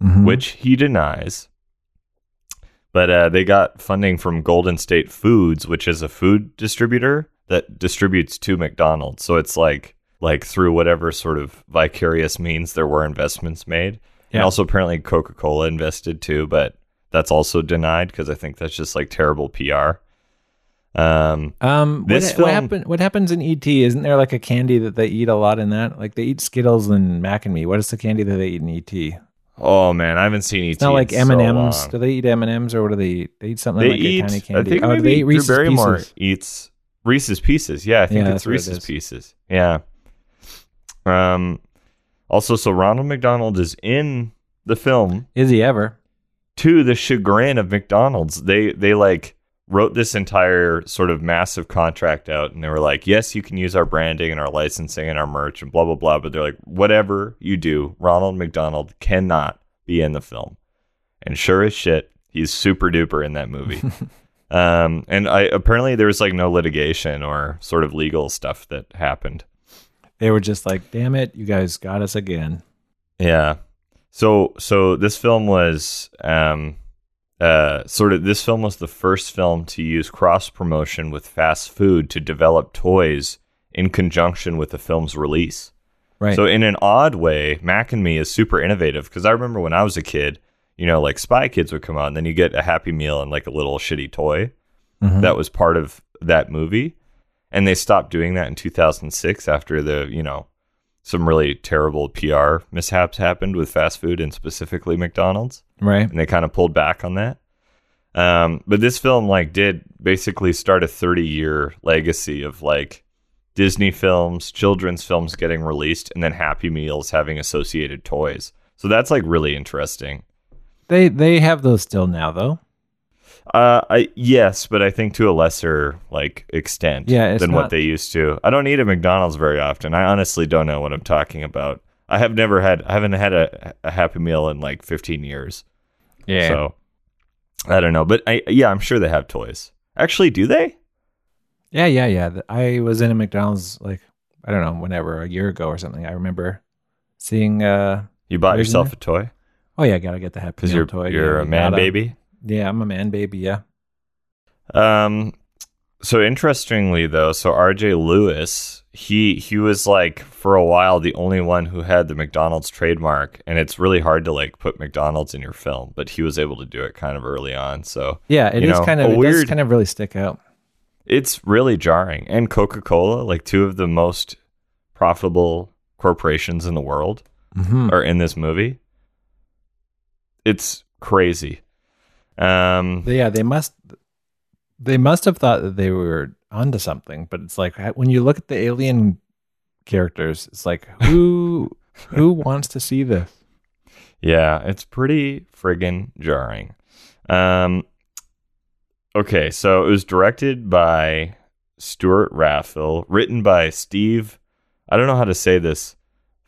S2: Mhm.
S1: which he denies. But uh, they got funding from Golden State Foods, which is a food distributor that distributes to McDonald's. So it's like like through whatever sort of vicarious means there were investments made.
S2: Yeah.
S1: And also apparently Coca-Cola invested too, but that's also denied because I think that's just like terrible PR. Um
S2: um,
S1: this
S2: what, what
S1: film-
S2: happened? What happens in ET? Isn't there like a candy that they eat a lot in that? Like they eat Skittles and Mac and Me. What is the candy that they eat in ET? It's
S1: oh man, I haven't seen ET.
S2: not like
S1: in
S2: M
S1: so
S2: and M's.
S1: long.
S2: Do they eat M and M's or what do they eat? They eat something
S1: they
S2: like
S1: eat.
S2: a tiny
S1: I
S2: candy.
S1: think
S2: oh,
S1: maybe
S2: they eat Reese's
S1: Drew Barrymore
S2: Pieces.
S1: eats Reese's Pieces. Yeah, I think
S2: Yeah, that's
S1: it's
S2: what it
S1: Reese's
S2: is.
S1: Pieces. Yeah. Um. Also, so Ronald McDonald is in the film
S2: Is he ever?
S1: to the chagrin of McDonald's. They they like wrote this entire sort of massive contract out, and they were like, "Yes, you can use our branding and our licensing and our merch and blah blah blah." But they're like, "Whatever you do, Ronald McDonald cannot be in the film." And sure as shit, he's super duper in that movie. um, and I apparently there was like no litigation or sort of legal stuff that happened.
S2: They were just like, damn it, you guys got us again.
S1: Yeah. So so this film was um uh sort of this film was the first film to use cross promotion with fast food to develop toys in conjunction with the film's release.
S2: Right.
S1: So in an odd way, Mac and Me is super innovative because I remember when I was a kid, you know, like Spy Kids would come out and then you get a happy meal and like a little shitty toy.
S2: Mhm.
S1: That was part of that movie. And they stopped doing that in 2006 after the, you know, some really terrible PR mishaps happened with fast food and specifically McDonald's
S2: right.
S1: and they kind of pulled back on that. Um, but this film like did basically start a 30 year legacy of like Disney films, children's films getting released, and then Happy Meals having associated toys. So that's like really interesting.
S2: They they have those still now though.
S1: Uh, I, yes, but I think to a lesser like extent
S2: Yeah, it's
S1: than
S2: not-
S1: what they used to. I don't eat at McDonald's very often. I honestly don't know what I'm talking about. I have never had. I haven't had a, a Happy Meal in like 15 years. So I don't know, but I yeah, I'm sure they have toys. Actually, do they?
S2: Yeah, yeah, yeah. Th- I was in a McDonald's like I don't know, whenever a year ago or something. I remember seeing. uh
S1: You bought
S2: Isn't
S1: yourself a toy
S2: Oh yeah, gotta get the happy
S1: because
S2: meal
S1: you're
S2: toy.
S1: you're
S2: yeah,
S1: a
S2: you
S1: man
S2: gotta-
S1: baby.
S2: Yeah, I'm a man baby. Yeah.
S1: Um, so interestingly though, so R.J. Lewis, he he was like for a while the only one who had the McDonald's trademark, and it's really hard to like put McDonald's in your film, but he was able to do it kind of early on. So
S2: Yeah, it is
S1: You know,
S2: kind
S1: a
S2: of it does
S1: weird-
S2: kind of really stick out.
S1: it's really jarring. And Coca Cola, like two of the most profitable corporations in the world.
S2: hmm
S1: are in this movie. It's crazy. Um,
S2: Yeah, they must they must have thought that they were onto something, but it's like when you look at the alien characters, it's like
S1: [LAUGHS]
S2: who who wants to see this?
S1: yeah, it's pretty friggin' jarring. Um, okay, so it was directed by Stuart Raffel, written by Steve. I don't know how to say this.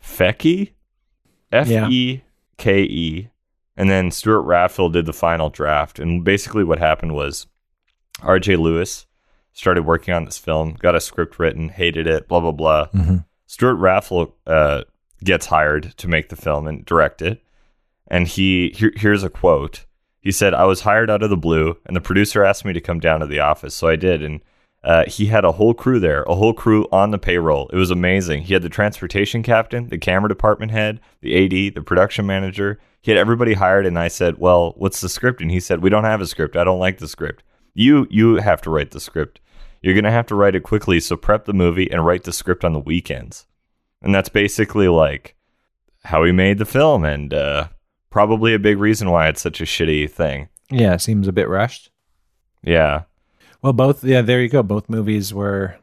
S1: Fecky, F E K E, and then Stuart Raffel did the final draft. And basically, what happened was R.J. Lewis started working on this film, got a script written, hated it, blah blah blah.
S2: Mhm.
S1: Stuart Raffel uh, gets hired to make the film and direct it. And he here, here's a quote. He said, "I was hired out of the blue, and the producer asked me to come down to the office, so I did." And Uh, he had a whole crew there, a whole crew on the payroll. It was amazing. He had the transportation captain, the camera department head, the AD, the production manager. He had everybody hired, and I said, "Well, what's the script?" And he said, "We don't have a script. I don't like the script. You you have to write the script. You're gonna have to write it quickly. So prep the movie and write the script on the weekends." And that's basically like how he made the film, and uh, probably a big reason why it's such a shitty thing.
S2: Yeah, it seems a bit rushed.
S1: Yeah.
S2: Well, both yeah, there you go. Both movies were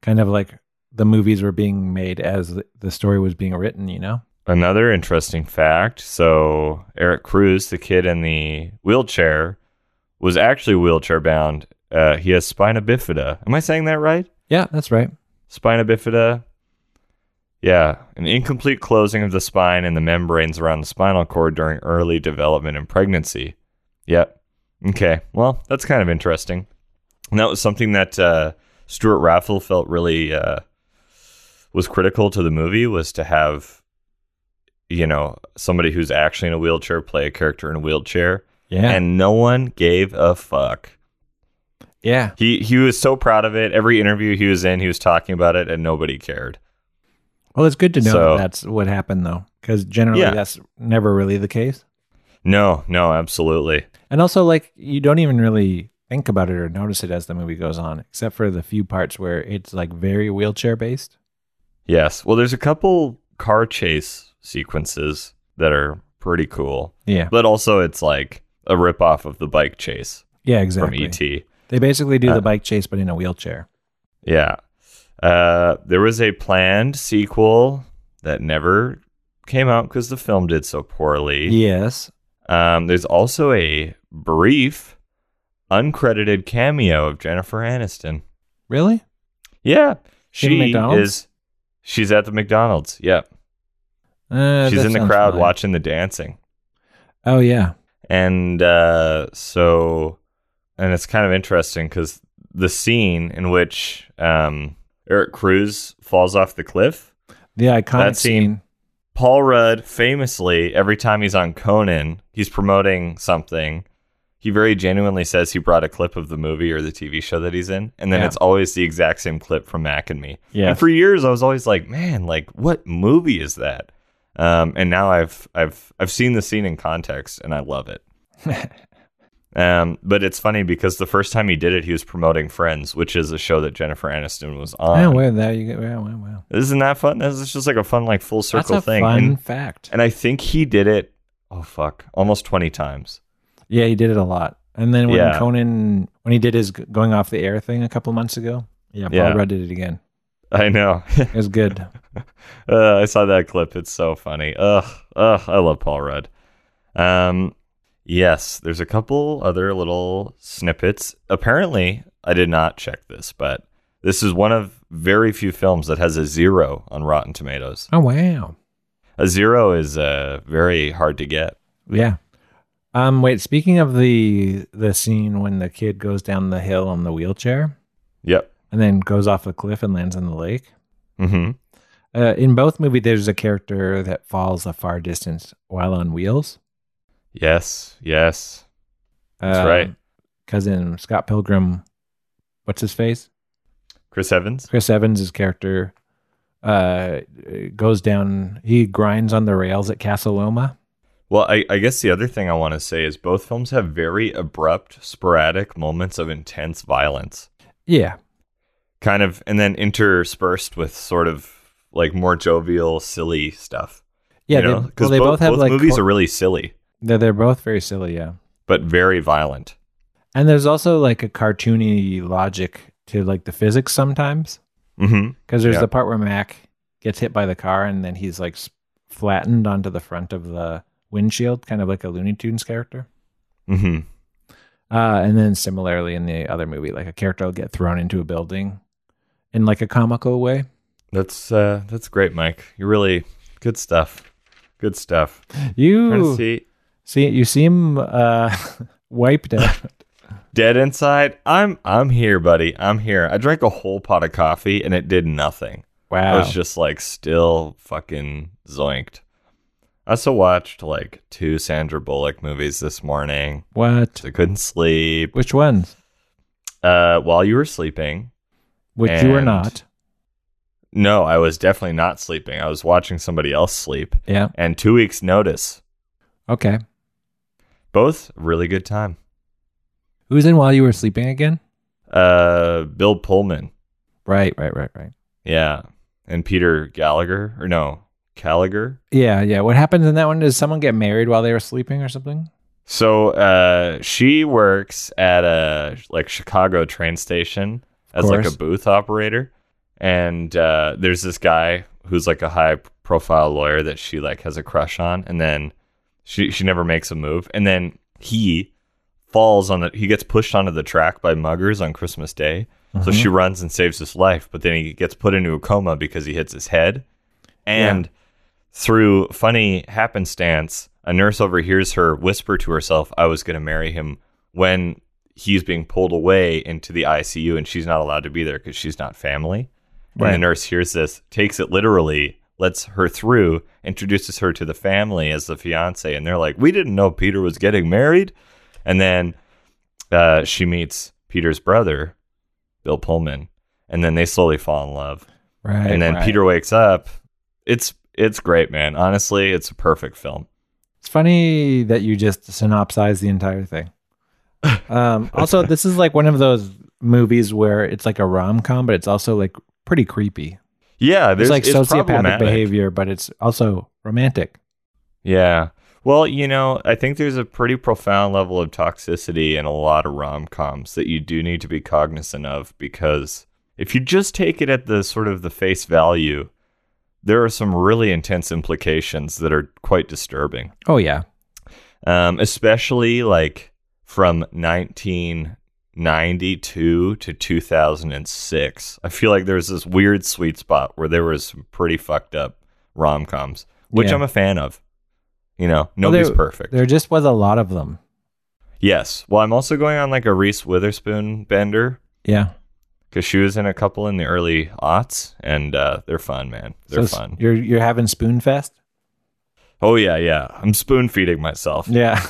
S2: kind of like the movies were being made as the- the story was being written, you know?
S1: Another interesting fact so, Eric Cruz, the kid in the wheelchair, was actually wheelchair bound. Uh, he has spina bifida. Am I saying that right?
S2: Yeah, that's right.
S1: Spina bifida. Yeah, an incomplete closing of the spine and the membranes around the spinal cord during early development and pregnancy. Yep. Okay. Well, that's kind of interesting. And that was something that uh, Stuart Raffle felt really uh, was critical to the movie was to have, you know, somebody who's actually in a wheelchair play a character in a wheelchair,
S2: Yeah.
S1: and no one gave a fuck.
S2: yeah.
S1: He he was so proud of it. Every interview he was in, he was talking about it, and nobody cared.
S2: Well, it's good to know
S1: So-
S2: that that's what happened though, cuz generally
S1: Yeah.
S2: that's never really the case.
S1: No, no, absolutely.
S2: And also like you don't even really think about it or notice it as the movie goes on, except for the few parts where it's like very wheelchair based.
S1: Yes. Well, there's a couple car chase sequences that are pretty cool,
S2: Yeah.
S1: but also it's like a ripoff of the bike chase
S2: Yeah, exactly.
S1: from E ET.
S2: They basically do
S1: Uh,
S2: the bike chase but in a wheelchair.
S1: Yeah. Uh, there was a planned sequel that never came out because the film did so poorly.
S2: Yes.
S1: Um, there's also a brief, uncredited cameo of Jennifer Aniston.
S2: Really?
S1: Yeah, she
S2: McDonald's?
S1: is. She's at the McDonald's. Yeah,
S2: Uh,
S1: she's
S2: that
S1: in the
S2: sounds
S1: crowd
S2: fine.
S1: watching the dancing.
S2: Oh yeah.
S1: And uh, so, and it's kind of interesting because the scene in which um, Eric Cruz falls off the cliff,
S2: The iconic
S1: That scene-
S2: scene.
S1: Paul Rudd famously, every time he's on Conan, he's promoting something. He very genuinely says he brought a clip of the movie or the TV show that he's in. And then
S2: Yeah.
S1: it's always the exact same clip from Mac and me.
S2: Yeah.
S1: And for years, I was always like, man, like what movie is that? Um, and now I've I've I've seen the scene in context and I love
S2: [LAUGHS]
S1: it. um, but it's funny because the first time he did it, he was promoting Friends, which is a show that Jennifer Aniston was on.
S2: yeah, well, there you go. Yeah, wow, wow.
S1: Isn't that fun? This is just like a fun, like full circle
S2: That's a
S1: thing.
S2: fun
S1: And-
S2: fact.
S1: and I think he did it, oh fuck, almost 20 times.
S2: Yeah, he did it a lot. And then when
S1: Yeah.
S2: Conan, when he did his g- going off the air thing a couple months ago, yeah, Paul
S1: Yeah.
S2: Rudd did it again.
S1: I know.
S2: It
S1: [LAUGHS]
S2: was good.
S1: uh, I saw that clip. It's so funny. Ugh, ugh, I love Paul Rudd. Um, yes, there's a couple other little snippets. Apparently, I did not check this, but this is one of very few films that has a zero on Rotten Tomatoes.
S2: oh wow.
S1: A zero is uh, very hard to get.
S2: Yeah. Um. Wait. Speaking of the the scene when the kid goes down the hill on the wheelchair
S1: Yep.
S2: and then goes off a cliff and lands in the lake.
S1: Mm-hmm.
S2: Uh, in both movie, there's a character that falls a far distance while on wheels.
S1: Yes. Yes.
S2: That's
S1: right.
S2: Um, Cousin Scott Pilgrim, what's his face?
S1: Chris Evans.
S2: Chris Evans' character uh, goes down. He grinds on the rails at Casa Loma.
S1: Well, I, I guess the other thing I want to say is both films have very abrupt, sporadic moments of intense violence,
S2: Yeah,
S1: kind of, and then interspersed with sort of like more jovial, silly stuff.
S2: yeah.
S1: you know?
S2: they, well, they
S1: bo-
S2: both have like
S1: movies
S2: co-
S1: are really silly,
S2: they're, they're both very silly. Yeah,
S1: but very violent.
S2: and there's also like a cartoony logic to like the physics sometimes
S1: hmm
S2: because there's
S1: Yeah.
S2: the part where Mac gets hit by the car and then he's like s- flattened onto the front of the windshield, kind of like a Looney Tunes character.
S1: hmm
S2: Uh, and then similarly in the other movie, like a character will get thrown into a building in like a comical way.
S1: That's uh, that's great, Mike. You're really good stuff. Good stuff. Trying to
S2: You
S1: see
S2: See, you seem uh, [LAUGHS] wiped out.
S1: dead inside. I'm I'm here, buddy. I'm here. I drank a whole pot of coffee and it did nothing. I
S2: [LAUGHS] wow.
S1: was just like still fucking zoinked. I also watched like two Sandra Bullock movies this morning.
S2: what?
S1: So I couldn't sleep.
S2: Which ones?
S1: uh, while you were sleeping.
S2: which you were
S1: And-
S2: not.
S1: No, I was definitely not sleeping. I was watching somebody else sleep.
S2: Yeah.
S1: And two weeks' notice.
S2: Okay.
S1: Both really good time.
S2: Who's in while you were sleeping again?
S1: Uh, Bill Pullman.
S2: Right, right, right, right.
S1: Yeah. And Peter Gallagher. Or no, Gallagher.
S2: Yeah, yeah. What happens in that one? Does someone get married while they were sleeping or something?
S1: So uh, she works at a like Chicago train station as like a
S2: course.
S1: booth operator, and uh, there's this guy who's like a high profile lawyer that she like has a crush on, and then she she never makes a move, and then he falls on the he gets pushed onto the track by muggers on Christmas Day, so she runs and saves his life, but then he gets put into a coma because he hits his head, and through funny happenstance, a nurse overhears her whisper to herself, I was going to marry him when he's being pulled away into the ICU and she's not allowed to be there because she's not family. And
S2: Right.
S1: the nurse hears this, takes it literally, lets her through, introduces her to the family as the fiance. And they're like, We didn't know Peter was getting married. And then uh, she meets Peter's brother, Bill Pullman. And then they slowly fall in love
S2: Right.
S1: and then
S2: right.
S1: Peter wakes up. It's it's great, man. Honestly, it's a perfect film.
S2: It's funny that you just synopsize the
S1: [LAUGHS]
S2: entire thing. Um, also, this is like one of those movies where it's like a rom com, but it's also like pretty creepy.
S1: Yeah,
S2: It's
S1: there's
S2: like
S1: it's
S2: sociopathic
S1: problematic.
S2: behavior, but it's also romantic.
S1: Yeah. Well, you know, I think there's a pretty profound level of toxicity in a lot of rom coms that you do need to be cognizant of because if you just take it at the sort of the face value, there are some really intense implications that are quite disturbing.
S2: Oh yeah,
S1: um, especially like from 1992 to 2006. I feel like there was this weird sweet spot where there was some pretty fucked up rom coms, which
S2: Yeah.
S1: I'm a fan of. You know,
S2: Well,
S1: nobody's
S2: there-
S1: perfect.
S2: There just was a lot of them.
S1: Yes. Well, I'm also going on like a Reese Witherspoon bender
S2: Yeah,
S1: because she was in a couple in the early aughts, and uh, they're fun, man. They're
S2: So s-
S1: fun.
S2: You're you're having spoon fest.
S1: Oh yeah, yeah. I'm spoon feeding myself.
S2: Yeah,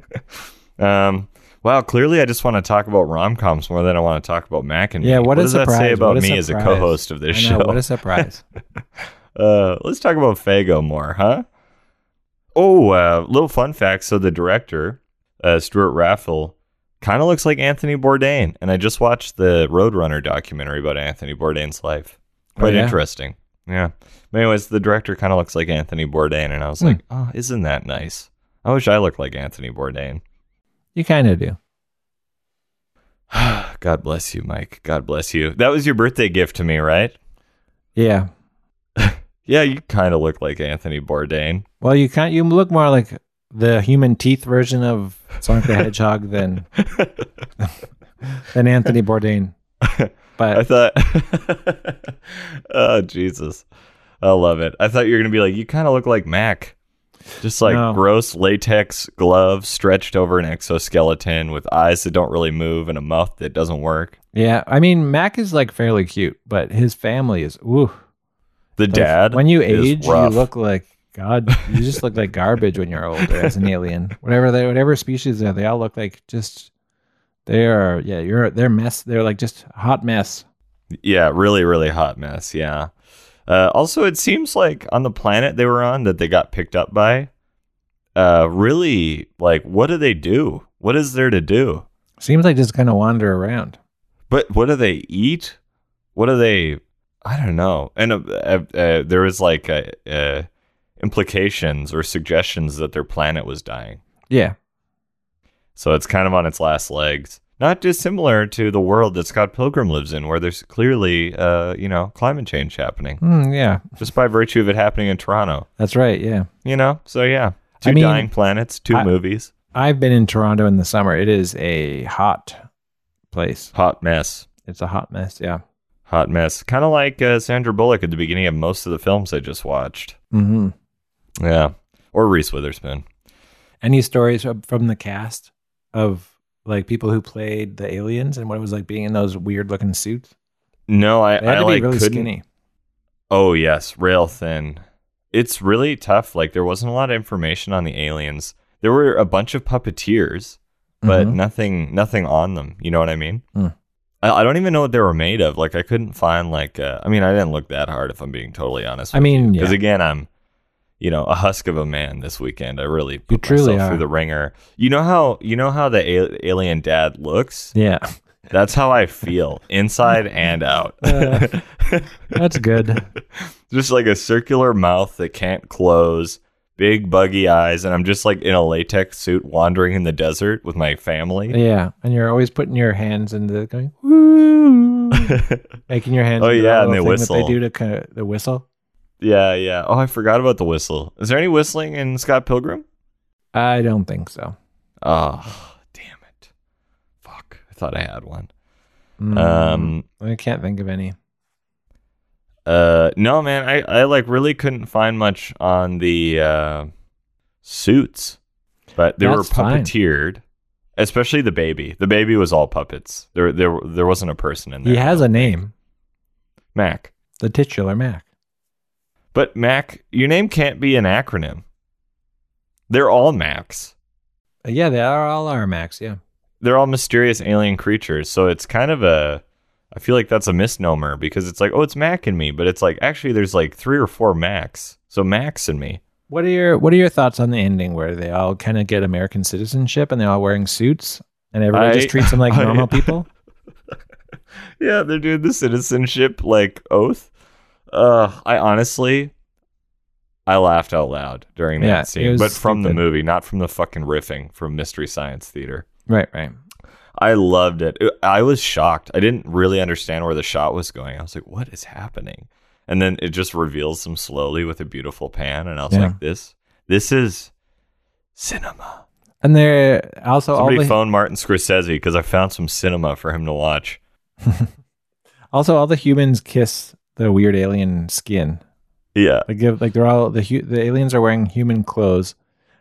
S1: [LAUGHS] um, wow, clearly I just want to talk about rom coms more than I want to talk about Mac and
S2: [LAUGHS] yeah.
S1: me.
S2: What,
S1: what
S2: a
S1: does
S2: surprise.
S1: that say about
S2: What a
S1: me as a
S2: surprise.
S1: co-host of this
S2: I know,
S1: show?
S2: What a surprise!
S1: [LAUGHS] uh, let's talk about Fago more, huh? Oh, uh, little fun fact. So the director, uh, Stuart Raffle, kind of looks like Anthony Bourdain, and I just watched the Roadrunner documentary about Anthony Bourdain's life.
S2: Oh,
S1: Quite
S2: yeah?
S1: interesting. Yeah. But anyways, the director kind of looks like Anthony Bourdain, and I
S2: Hmm.
S1: was like, oh, isn't that nice? I wish I looked like Anthony Bourdain.
S2: you kind of do.
S1: [SIGHS] God bless you, Mike. God bless you. That was your birthday gift to me, right?
S2: Yeah.
S1: Yeah, you kind of look like Anthony Bourdain.
S2: Well, you can't. You look more like the human teeth version of Sonic the Hedgehog
S1: [LAUGHS]
S2: than than Anthony Bourdain.
S1: I
S2: But
S1: thought, [LAUGHS] oh Jesus, I love it. I thought you were gonna be like, you kind of look like Mac, just like
S2: No.
S1: gross latex gloves stretched over an exoskeleton with eyes that don't really move and a mouth that doesn't work.
S2: yeah, I mean Mac is like fairly cute, but his family is ooh.
S1: The dad,
S2: When you
S1: is
S2: age, you
S1: rough.
S2: look like God. You just look like garbage when you're older as an alien. Whatever they, whatever species they are, they all look like just. They are yeah. You're they're mess. They're like just a hot mess.
S1: Yeah, really, really hot mess. Yeah. Uh, also, it seems like on the planet they were on that they got picked up by, uh, really, like, what do they do? What is there to do?
S2: Seems like just kind of wander around.
S1: But what do they eat? What do they? I don't know. And uh, uh, uh, there was like uh, uh, implications or suggestions that their planet was dying.
S2: Yeah.
S1: So it's kind of on its last legs. Not dissimilar to the world that Scott Pilgrim lives in, where there's clearly, uh, you know, climate change happening.
S2: Hmm, yeah.
S1: just by virtue of it happening in Toronto.
S2: That's right. Yeah.
S1: You know, so yeah, two
S2: I mean,
S1: dying planets, two
S2: I-
S1: movies,
S2: I've been in Toronto in the summer. It is a hot place.
S1: hot mess,
S2: It's a hot mess. Yeah.
S1: hot mess. Kind of like uh, Sandra Bullock at the beginning of most of the films I just watched.
S2: Mm-hmm.
S1: Yeah, or Reese Witherspoon.
S2: Any stories from from the cast of like people who played the aliens and what it was like being in those weird looking suits?
S1: No, I,
S2: They had
S1: I
S2: to
S1: like
S2: be really
S1: couldn't.
S2: skinny.
S1: Oh yes, rail thin. It's really tough. Like there wasn't a lot of information on the aliens. There were a bunch of puppeteers, but
S2: Mhm.
S1: nothing nothing on them. You know what I mean?
S2: Mm.
S1: I, I don't even know what they were made of. Like I couldn't find like uh, I mean I didn't look that hard if I'm being totally honest.
S2: I mean, yeah.
S1: because again I'm you know a husk of a man this weekend. I really put
S2: truly
S1: myself
S2: are.
S1: through the ringer. You know how you know how the a- alien dad looks.
S2: yeah,
S1: That's how I
S2: [LAUGHS]
S1: feel inside and out.
S2: Uh,
S1: [LAUGHS]
S2: that's good.
S1: just like a circular mouth that can't close, big buggy eyes, and I'm just like in a latex suit wandering in the desert with my family.
S2: Yeah, and you're always putting your hands into the going woo, making your hands.
S1: Oh,
S2: into that
S1: yeah, and they
S2: little thing That
S1: whistle.
S2: they do to kind of the whistle.
S1: [LAUGHS] yeah, yeah. Oh, I forgot about the whistle. Is there any whistling in Scott Pilgrim?
S2: I don't think so.
S1: Oh, damn it. Fuck. I thought I had one.
S2: Mm,
S1: Um,
S2: I can't think of any.
S1: Uh, no, man. I, I like really couldn't find much on the uh, suits, but they
S2: That's
S1: were
S2: fine.
S1: puppeteered. Especially the baby. The baby was all puppets. There, there, there wasn't a person in there.
S2: He has a name,
S1: Mac,
S2: the titular Mac.
S1: but Mac, your name can't be an acronym. They're all Macs.
S2: Uh, Yeah, they are all our Macs. Yeah,
S1: They're all mysterious alien creatures. So it's kind of a. I feel like that's a misnomer because it's like, oh, it's Mac and me, but it's like actually there's like three or four Macs. So Max and me.
S2: What are your What are your thoughts on the ending where they all kind of get American citizenship and they're all wearing suits and everybody
S1: I-
S2: just treats them
S1: [LAUGHS]
S2: like
S1: I-
S2: normal people?
S1: yeah, they're doing the citizenship like oath. Uh, I honestly, I laughed out loud during that
S2: Yeah, it
S1: scene,
S2: was
S1: but from the
S2: stupid.
S1: movie, not from the fucking riffing from Mystery Science Theater.
S2: Right, right.
S1: I loved it. It- I was shocked. I didn't really understand where the shot was going. I was like, "What is happening?" And then it just reveals them slowly with a beautiful pan, and I was
S2: Yeah.
S1: like, "This, this is cinema."
S2: And they're also all
S1: Somebody
S2: the
S1: phoned Martin Scorsese because I found some cinema for him to watch.
S2: also all the humans kiss the weird alien skin.
S1: Yeah,
S2: They give like they're all the hu- the aliens are wearing human clothes,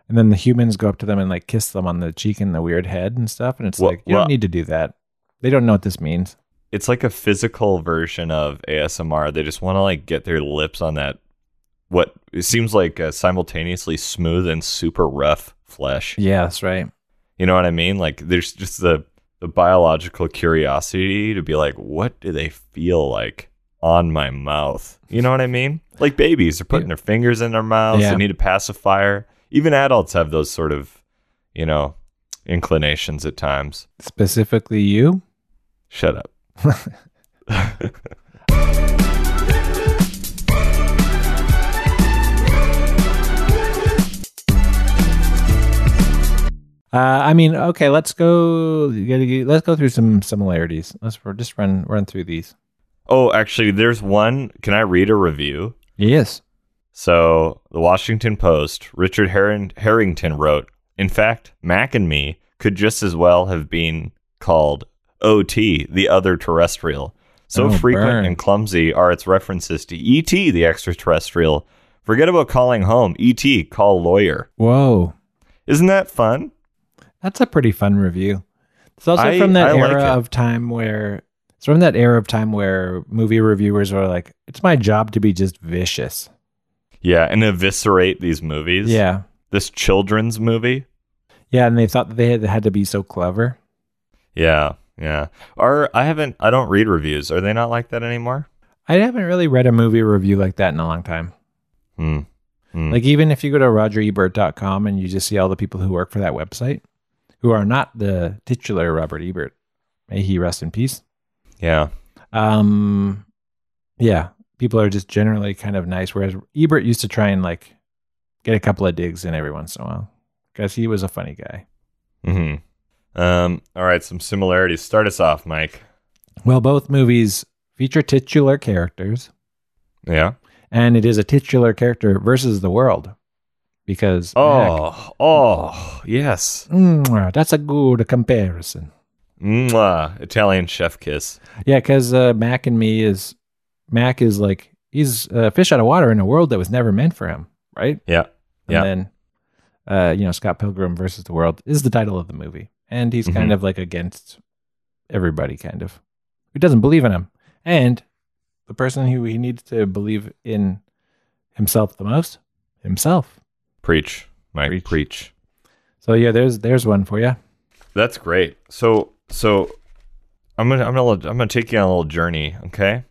S2: and then the humans go up to them and like kiss them on the cheek and the weird head and stuff. And it's
S1: Well-
S2: like you
S1: well-
S2: don't need to do that. They don't know what this means.
S1: it's like a physical version of ASMR. They just want to like get their lips on that what it seems like uh, simultaneously smooth and super rough flesh.
S2: Yeah, that's right.
S1: You know what I mean? Like there's just the the biological curiosity to be like, what do they feel like on my mouth? You know what I mean? Like babies, they're putting their fingers in their mouths.
S2: Yeah.
S1: They need a pacifier. Even adults have those sort of, you know, inclinations at times.
S2: Specifically, you.
S1: Shut up.
S2: Uh, I mean, okay, let's go. you gotta- Let's go through some similarities. Let's r- just run run through these.
S1: Oh, actually, there's one. Can I read a review?
S2: Yes.
S1: So, the Washington Post, Richard Herring- Harrington wrote, In fact, Mac and me could just as well have been called OT, the other terrestrial. So
S2: Oh,
S1: frequent
S2: burn.
S1: and clumsy are its references to ET, the extraterrestrial. Forget about calling home. ET, call lawyer.
S2: Whoa,
S1: Isn't that fun?
S2: that's a pretty fun review. It's also
S1: I-
S2: from that
S1: I like
S2: era
S1: it.
S2: of time where it's from that era of time where movie reviewers were like, "It's my job to be just vicious."
S1: Yeah, and eviscerate these movies.
S2: Yeah,
S1: This children's movie.
S2: yeah, and they thought that they had, had to be so clever.
S1: Yeah, yeah. Are I haven't I don't read reviews. Are they not like that anymore?
S2: I haven't really read a movie review like that in a long time.
S1: Hmm. Hmm.
S2: Like even if you go to rogerebert.com and you just see all the people who work for that website who are not the titular Robert Ebert. May he rest in peace.
S1: Yeah.
S2: Um yeah, people are just generally kind of nice whereas Ebert used to try and like get a couple of digs in every once in a while cuz he was a funny guy.
S1: Hmm. Um. All right. Some similarities. Start us off, Mike.
S2: Well, both movies feature titular characters
S1: Yeah.
S2: and it is a titular character versus the world because Mac-
S1: Oh. Oh. Yes.
S2: Mwah, that's a good comparison.
S1: Mwah. Italian chef kiss.
S2: Yeah, because uh, Mac and me is Mac is like he's a fish out of water in a world that was never meant for him, right?
S1: Yeah.
S2: And
S1: Yeah.
S2: then, uh, you know, Scott Pilgrim versus the World is the title of the movie, and he's kind
S1: Mhm.
S2: of like against everybody, kind of who doesn't believe in him, and the person who he needs to believe in himself the most, himself.
S1: Preach, Mike.
S2: Preach.
S1: Preach.
S2: So yeah, there's there's one for you.
S1: That's great. So so I'm gonna I'm gonna let- I'm gonna take you on a little journey. Okay.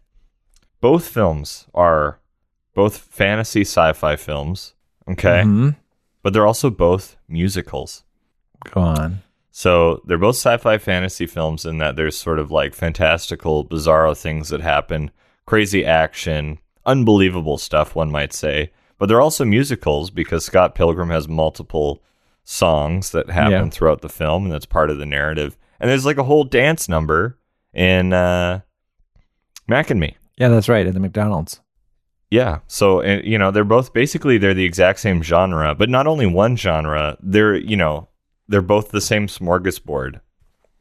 S1: Both films are both fantasy sci-fi films. Okay,
S2: Mhm.
S1: but they're also both musicals.
S2: Go on.
S1: So they're both sci-fi fantasy films in that there's sort of like fantastical, bizarro things that happen, crazy action, unbelievable stuff, one might say. But they're also musicals because Scott Pilgrim has multiple songs that happen
S2: Yeah.
S1: throughout the film, and that's part of the narrative. And there's like a whole dance number in uh, Mac and Me.
S2: Yeah, that's right. At the McDonald's.
S1: Yeah. So and, you know, they're both basically they're the exact same genre, but not only one genre. They're you know they're both the same smorgasbord.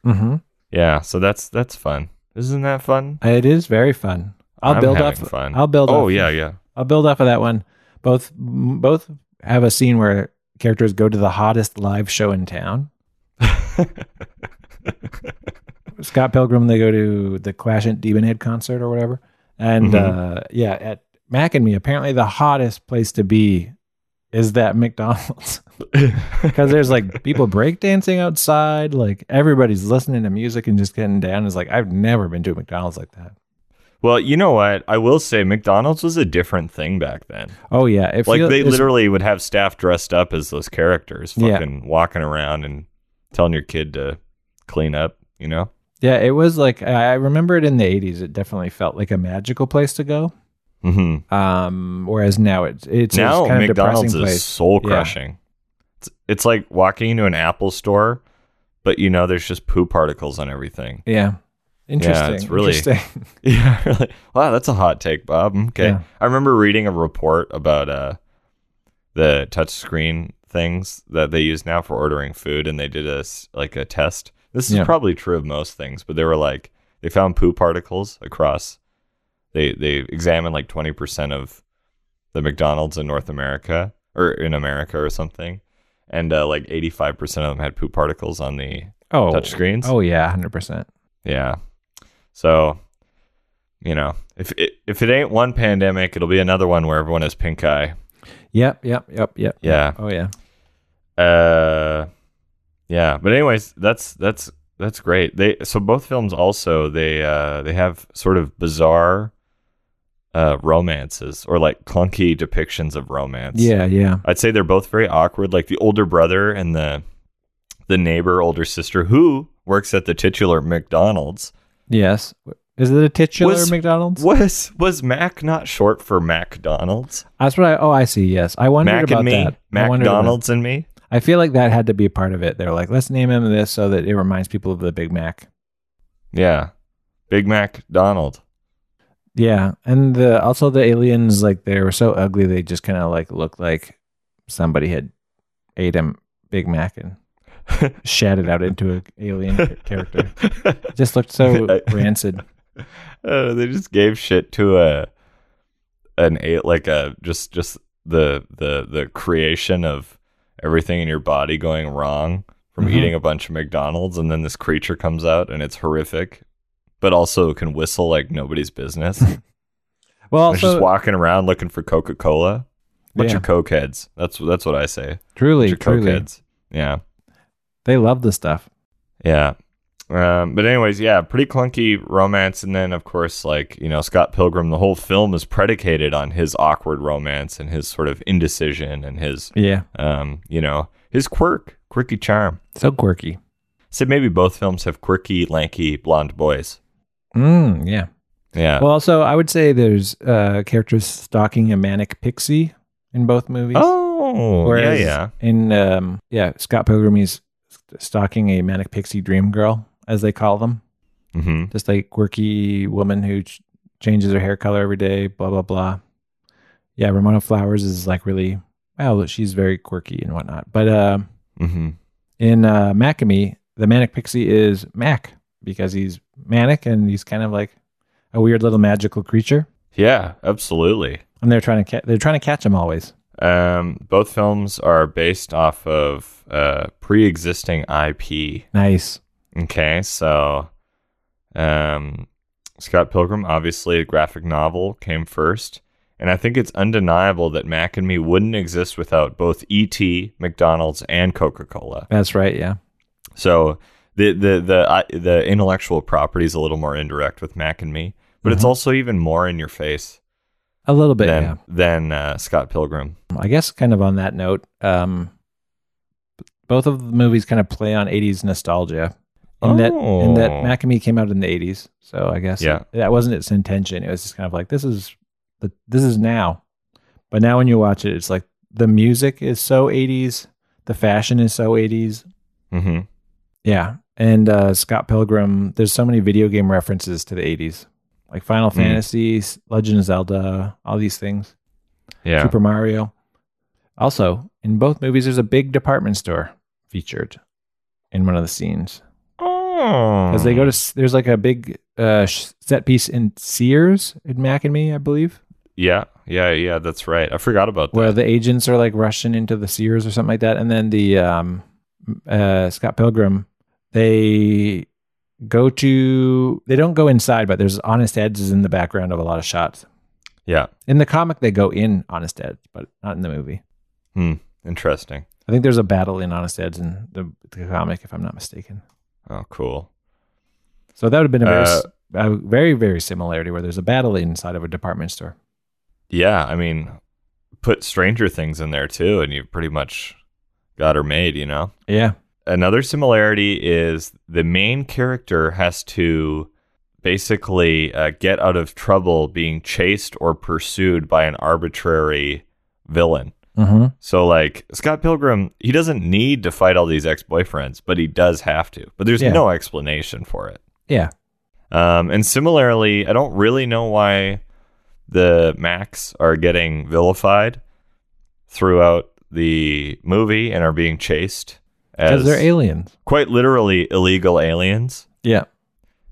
S2: Mm-hmm.
S1: Yeah. So that's that's fun. Isn't that fun?
S2: It is very fun. I'll
S1: I'm
S2: build
S1: having
S2: off.
S1: Fun.
S2: I'll build.
S1: Oh
S2: off-
S1: yeah, yeah.
S2: I'll build off of that one. Both m- both have a scene where characters go to the hottest live show
S1: [LAUGHS]
S2: in town. Scott Pilgrim, they go to the Clash at Demonhead concert or whatever, and
S1: Mm-hmm.
S2: uh, yeah, at Mac and Me, apparently the hottest place to be is that McDonald's [LAUGHS] because there's like people breakdancing outside, like everybody's listening to music and just getting down. It's like I've never been to a McDonald's like that.
S1: Well, you know what? I will say McDonald's was a different thing back then.
S2: Oh yeah, it
S1: Like
S2: feel-
S1: they
S2: it's-
S1: literally would have staff dressed up as those characters,
S2: Yeah.
S1: fucking walking around and telling your kid to clean up. You know?
S2: Yeah, it was like I I remember it in the '80s. It definitely felt like a magical place to go.
S1: Mm-hmm.
S2: Um, whereas now it's it's
S1: now
S2: just kind of
S1: McDonald's
S2: depressing
S1: is
S2: place.
S1: soul
S2: Yeah.
S1: crushing. It's, it's like walking into an Apple store, but you know there's just poo particles on everything.
S2: Yeah, interesting.
S1: it's really-
S2: interesting. [LAUGHS]
S1: [LAUGHS] Yeah, really. Wow, that's a hot take, Bob. Okay,
S2: Yeah.
S1: I remember reading a report about uh, the touchscreen things that they use now for ordering food, and they did a s- like a test. This is
S2: Yeah.
S1: probably true of most things, but they were like they found poo particles across. They they examined like twenty percent of the McDonald's in North America or in America or something, and uh, like eighty five percent of them had poo particles on the
S2: oh,
S1: touchscreens.
S2: Oh yeah, hundred percent.
S1: Yeah. So, you know, if it, if it ain't one pandemic, it'll be another one where everyone has pink eye.
S2: Yep, yep, yep, yep.
S1: Yeah.
S2: Oh yeah.
S1: Uh yeah, but anyways, that's that's that's great. They so both films also they uh they have sort of bizarre uh romances or like clunky depictions of romance.
S2: Yeah, yeah.
S1: I'd say they're both very awkward. Like the older brother and the the neighbor older sister who works at the titular McDonald's
S2: Yes. Is it a titular
S1: Was-
S2: McDonald's?
S1: Was was Mac not short for McDonald's?
S2: That's what I. Oh, I see. Yes, I wondered
S1: Mac
S2: about
S1: and me,
S2: that. I wondered about-
S1: McDonald's and me.
S2: I feel like that had to be a part of it. They're like, let's name him this so that it reminds people of the Big Mac.
S1: Yeah, Big Mac Donald.
S2: Yeah, and the also the aliens like they were so ugly they just kind of like looked like somebody had ate a Big
S1: [LAUGHS]
S2: Mac and shat it out into an alien ca- [LAUGHS] character. Just looked so rancid.
S1: [LAUGHS] Oh, they just gave shit to a an eight like a just just the the the creation of everything in your body going wrong from
S2: Mhm.
S1: eating a bunch of McDonald's, and then this creature comes out and it's horrific, but also can whistle like nobody's business. [LAUGHS]
S2: Well,
S1: It's just
S2: also
S1: walking around looking for Coca Cola. Bunch
S2: Yeah.
S1: of cokeheads. That's that's what I say. Bunch
S2: truly,
S1: of
S2: truly,
S1: cokeheads. Yeah,
S2: they love the stuff.
S1: yeah. Um, but anyways, yeah, pretty clunky romance, and then of course, like you know, Scott Pilgrim. The whole film is predicated on his awkward romance and his sort of indecision and his,
S2: Yeah,
S1: um, you know, his quirk, quirky charm.
S2: so quirky.
S1: So maybe both films have quirky, lanky, blonde boys.
S2: Mm, yeah.
S1: Yeah.
S2: Well, also I would say there's uh, characters stalking a manic pixie in both movies.
S1: oh,
S2: Whereas
S1: yeah, yeah.
S2: In um, yeah, Scott Pilgrim he's stalking a manic pixie dream girl, as they call them.
S1: Mm-hmm.
S2: Just like quirky woman who ch- changes her hair color every day. Blah blah blah. Yeah, Ramona Flowers is like really well. She's very quirky and whatnot. But um
S1: Mm-hmm.
S2: in uh, Mac and Me, the manic pixie is Mac because he's manic and he's kind of like a weird little magical creature.
S1: Yeah, absolutely.
S2: And they're trying to ca- they're trying to catch him always.
S1: Um, both films are based off of uh, pre-existing IP.
S2: Nice.
S1: Okay, so um, Scott Pilgrim, obviously a graphic novel, came first, and I think it's undeniable that Mac and Me wouldn't exist without both E.T., McDonald's, E and Coca-Cola.
S2: That's right. Yeah.
S1: So the the the I, the intellectual property is a little more indirect with Mac and me, but it's
S2: Mhm.
S1: also even more in your face
S2: A little bit,
S1: than
S2: yeah.
S1: than uh, Scott Pilgrim.
S2: I guess kind of on that note, um, both of the movies kind of play on 80s nostalgia. And that and that
S1: Oh.
S2: Mac and Me came out in the 80s, so I guess
S1: Yeah.
S2: that wasn't its intention. It was just kind of like this is the this is now. But now when you watch it, it's like the music is so 80s, the fashion is so 80s.
S1: hmm
S2: Yeah. And uh, Scott Pilgrim, there's so many video game references to the 80s, like Final
S1: Mm.
S2: Fantasy, S- Legend of Zelda, all these things,
S1: Yeah.
S2: Super Mario. Also, in both movies, there's a big department store featured in one of the scenes
S1: Oh.
S2: because they go to, S- there's like a big uh, sh- set piece in Sears in Mac and Me, I believe,
S1: Yeah, yeah, yeah. That's right. I forgot about that.
S2: where the agents are like rushing into the Sears or something like that, and then the um, uh, Scott Pilgrim they go to they don't go inside, but there's Honest Ed's is in the background of a lot of shots.
S1: yeah.
S2: In the comic, they go in Honest Ed's, but not in the movie.
S1: Interesting.
S2: I think there's a battle in Honest Ed's in the, the comic, if I'm not mistaken.
S1: Oh, cool.
S2: So that would have been a very,
S1: Uh,
S2: s- a very very similarity where there's a battle inside of a department store.
S1: Yeah, I mean, put Stranger Things in there too, and you pretty much got her made. You know.
S2: Yeah,
S1: Another similarity is the main character has to basically uh, get out of trouble being chased or pursued by an arbitrary villain.
S2: mm-hmm.
S1: So like Scott Pilgrim, he doesn't need to fight all these ex-boyfriends, but he does have to. But there's
S2: Yeah.
S1: no explanation for it.
S2: yeah.
S1: Um, and similarly, I don't really know why the Macs are getting vilified throughout the movie and are being chased
S2: Because
S1: as
S2: they're aliens.
S1: quite literally illegal aliens.
S2: Yeah.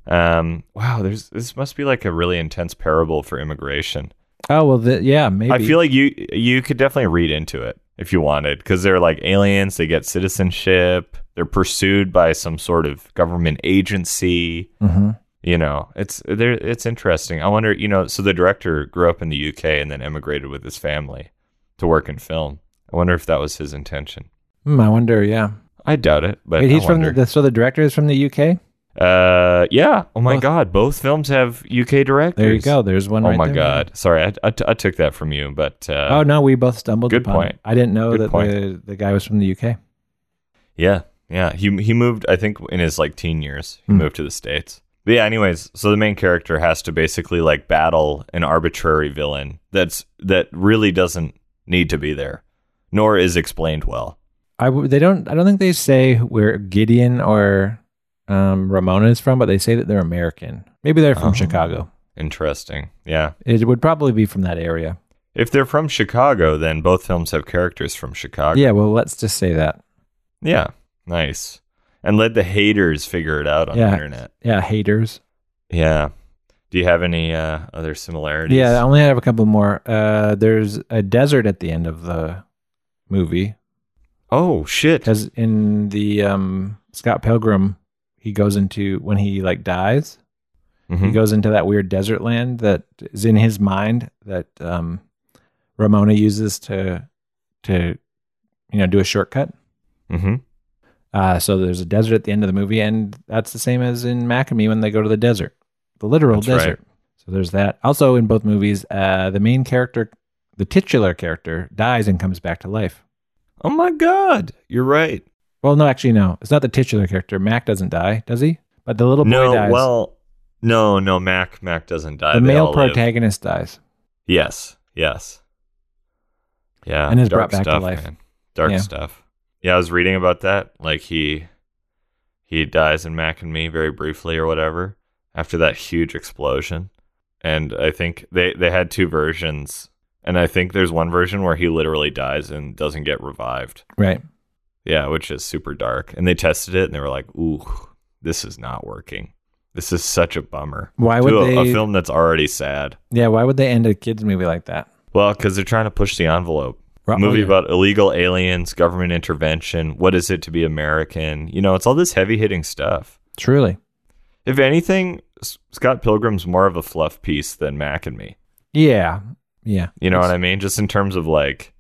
S1: Um, wow, there's this must be like a really intense parable for immigration.
S2: Oh well, the, yeah. Maybe
S1: I feel like you you could definitely read into it if you wanted because they're like aliens. They get citizenship. They're pursued by some sort of government agency.
S2: hmm
S1: You know, it's there. It's interesting. I wonder. You know, so the director grew up in the UK and then emigrated with his family to work in film. I wonder if that was his intention.
S2: Hmm, I wonder. Yeah.
S1: I doubt it, but
S2: Wait,
S1: I
S2: he's from
S1: wonder.
S2: the, the- so the director is from the UK.
S1: Uh, yeah. Oh my
S2: Both.
S1: God, both films have UK directors.
S2: There you go. There's one.
S1: Oh
S2: right
S1: my
S2: there.
S1: God. Sorry, I, I, t- I took that from you, but uh,
S2: Oh no, we both stumbled.
S1: Good
S2: upon
S1: point.
S2: It. I didn't know
S1: Good
S2: that
S1: point.
S2: the the guy was from the UK.
S1: yeah, yeah. He he moved. I think in his like teen years, he
S2: Hmm.
S1: moved to the states. But yeah. Anyways, so the main character has to basically like battle an arbitrary villain that's that really doesn't need to be there, nor is explained well.
S2: I w- they don't. I don't think they say where Gideon or um, Ramona is from, but they say that they're American. Maybe they're from
S1: Oh.
S2: Chicago.
S1: Interesting. Yeah.
S2: It would probably be from that area.
S1: If they're from Chicago, then both films have characters from Chicago.
S2: Yeah. Well, let's just say that.
S1: Yeah. Nice. And let the haters figure it out on
S2: Yeah.
S1: the internet.
S2: Yeah, haters.
S1: Yeah. Do you have any uh, other similarities?
S2: Yeah, I only have a couple more. Uh, there's a desert at the end of the movie.
S1: Oh shit.
S2: because in the um, Scott Pilgrim, he goes into when he like dies, he
S1: Mhm.
S2: goes into that weird desert land that is in his mind that um, Ramona uses to to you know do a shortcut.
S1: Mhm.
S2: Uh, so there's a desert at the end of the movie, and that's the same as in Mac and Me when they go to the desert, the literal
S1: That's right.
S2: desert. So there's that. Also in both movies, uh, the main character, the titular character, dies and comes back to life.
S1: Oh my god. You're right.
S2: Well, no, actually, no. It's not the titular character. Mac doesn't die, does he? But the little boy
S1: no,
S2: dies.
S1: well, no, no. Mac, Mac doesn't die.
S2: the
S1: They
S2: male
S1: all live.
S2: protagonist dies.
S1: Yes. Yes. Yeah.
S2: And is
S1: dark
S2: brought back to
S1: stuff,
S2: life.
S1: man. Dark
S2: Yeah.
S1: stuff. Yeah, I was reading about that. Like he, he dies in Mac and Me very briefly or whatever after that huge explosion. And I think they they had two versions. And I think there's one version where he literally dies and doesn't get revived.
S2: Right.
S1: Yeah, which is super dark. And they tested it and they were like, ooh, this is not working. This is such a bummer.
S2: Why would
S1: to a,
S2: they?
S1: a film that's already sad.
S2: Yeah. Why would they end a kids movie like that?
S1: Well, because they're trying to push the envelope.
S2: Ro-
S1: Movie
S2: oh, yeah.
S1: about illegal aliens, government intervention. What is it to be American? You know, it's all this heavy hitting stuff.
S2: truly.
S1: If anything, S- Scott Pilgrim's more of a fluff piece than Mac and me.
S2: Yeah. Yeah.
S1: You know what I mean? Just in terms of like,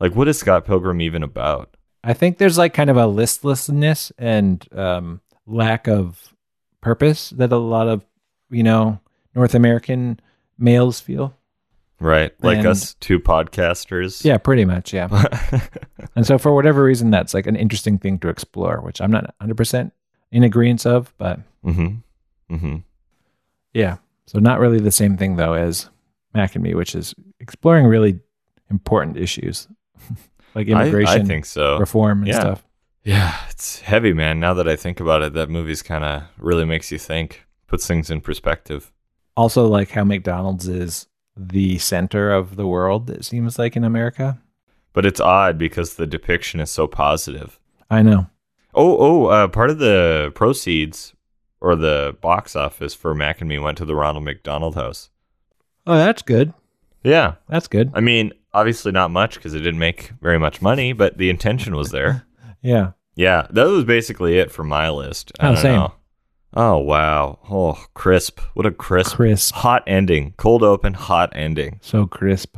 S1: like what is Scott Pilgrim even about?
S2: I think there's like kind of a listlessness and um, lack of purpose that a lot of you know North American males feel.
S1: Right. Like
S2: And-
S1: us two podcasters.
S2: Yeah, pretty much. Yeah.
S1: [LAUGHS]
S2: And so, for whatever reason, that's like an interesting thing to explore, which I'm not 100% in agreement of, but
S1: hmm hmm
S2: yeah. So, not really the same thing, though, as Mac and Me, which is exploring really important issues [LAUGHS] like immigration
S1: I, I think so.
S2: reform and
S1: Yeah.
S2: stuff.
S1: Yeah, it's heavy, man. Now that I think about it, that movie's kind of really makes you think, puts things in perspective.
S2: Also, like how McDonald's is the center of the world, it seems like in America.
S1: But it's odd because the depiction is so positive.
S2: I know.
S1: Oh, oh, uh, part of the proceeds or the box office for Mac and Me went to the Ronald McDonald House.
S2: Oh, that's good.
S1: Yeah,
S2: That's good.
S1: I mean, obviously not much because it didn't make very much money, but the intention was
S2: [LAUGHS]
S1: there.
S2: Yeah.
S1: Yeah, that was basically it for my list. I
S2: Oh,
S1: don't
S2: same.
S1: know. Oh wow! Oh, crisp! What a crisp,
S2: Crisp.
S1: hot ending. Cold open, hot ending.
S2: So crisp.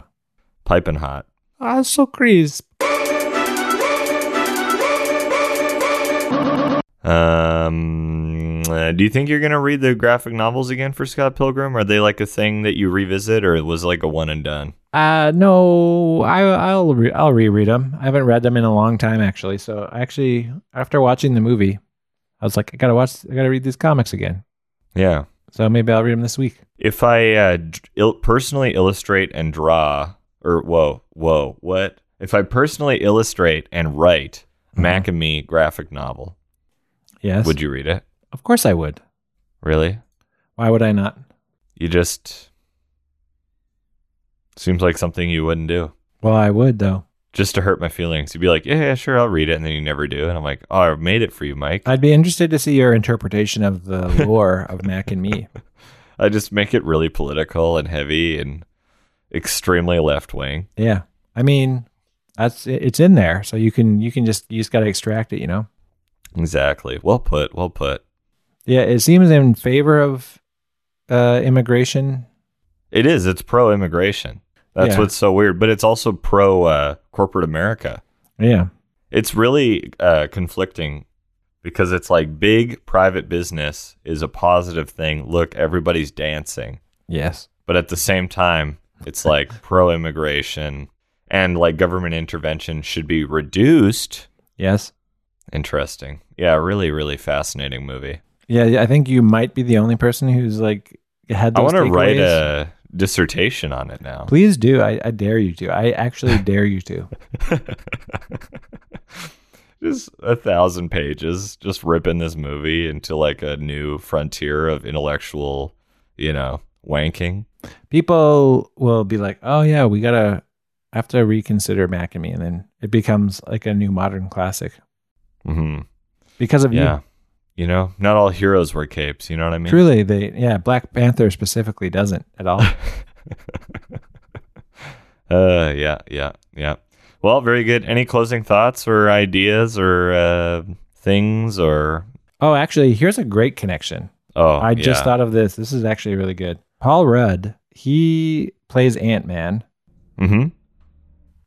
S1: Piping hot.
S2: Ah, so crisp.
S1: Um, uh, do you think you're gonna read the graphic novels again for Scott Pilgrim? Are they like a thing that you revisit, or it was like a one and done?
S2: Uh no, I I'll re- I'll reread them. I haven't read them in a long time actually. So I actually after watching the movie, I was like I got to watch I got to read these comics again.
S1: Yeah.
S2: So maybe I'll read them this week.
S1: If I uh, d- il- personally illustrate and draw, or whoa, whoa, what? If I personally illustrate and write Mac and Me graphic novel,
S2: Yes.
S1: would you read it?
S2: Of course I would.
S1: Really?
S2: Why would I not?
S1: You just seems like something you wouldn't do.
S2: Well, I would though.
S1: Just to hurt my feelings. You'd be like, yeah, yeah, sure, I'll read it. And then you never do. And I'm like, oh, I made it for you, Mike.
S2: I'd be interested to see your interpretation of the lore of Mac and Me.
S1: I just make it really political and heavy and extremely left wing.
S2: Yeah. I mean, that's it- it's in there, so you can you can just you just got to extract it, you know.
S1: Exactly. Well put. Well put.
S2: Yeah, it seems in favor of uh immigration
S1: It is. It's pro immigration. That's
S2: Yeah.
S1: what's so weird. But it's also pro uh, corporate America.
S2: Yeah.
S1: It's really uh, conflicting because it's like big private business is a positive thing. Look, everybody's dancing.
S2: Yes.
S1: But at the same time, it's
S2: [LAUGHS]
S1: like pro immigration and like government intervention should be reduced.
S2: Yes.
S1: Interesting. Yeah, really, really fascinating movie.
S2: Yeah, yeah, I think you might be the only person who's like had. Those
S1: I want to write
S2: takeaways.
S1: a dissertation on it now.
S2: Please do. I, I dare you to. I actually dare you to.
S1: [LAUGHS] just a thousand pages, just ripping this movie into like a new frontier of intellectual, you know, wanking.
S2: People will be like, "Oh yeah, we gotta have to reconsider Mac and Me," and then it becomes like a new modern classic
S1: hmm
S2: because of
S1: Yeah. You know, not all heroes wear capes. You know what I
S2: you.
S1: mean?
S2: Truly, they yeah. Black Panther specifically doesn't
S1: [LAUGHS]
S2: at all.
S1: Uh, yeah, yeah, yeah. Well, very good. Any closing thoughts or ideas or uh, things or?
S2: oh, actually, here's a great connection.
S1: Oh,
S2: I just
S1: yeah.
S2: thought of this. This is actually really good. Paul Rudd, he plays Ant Man.
S1: Mhm.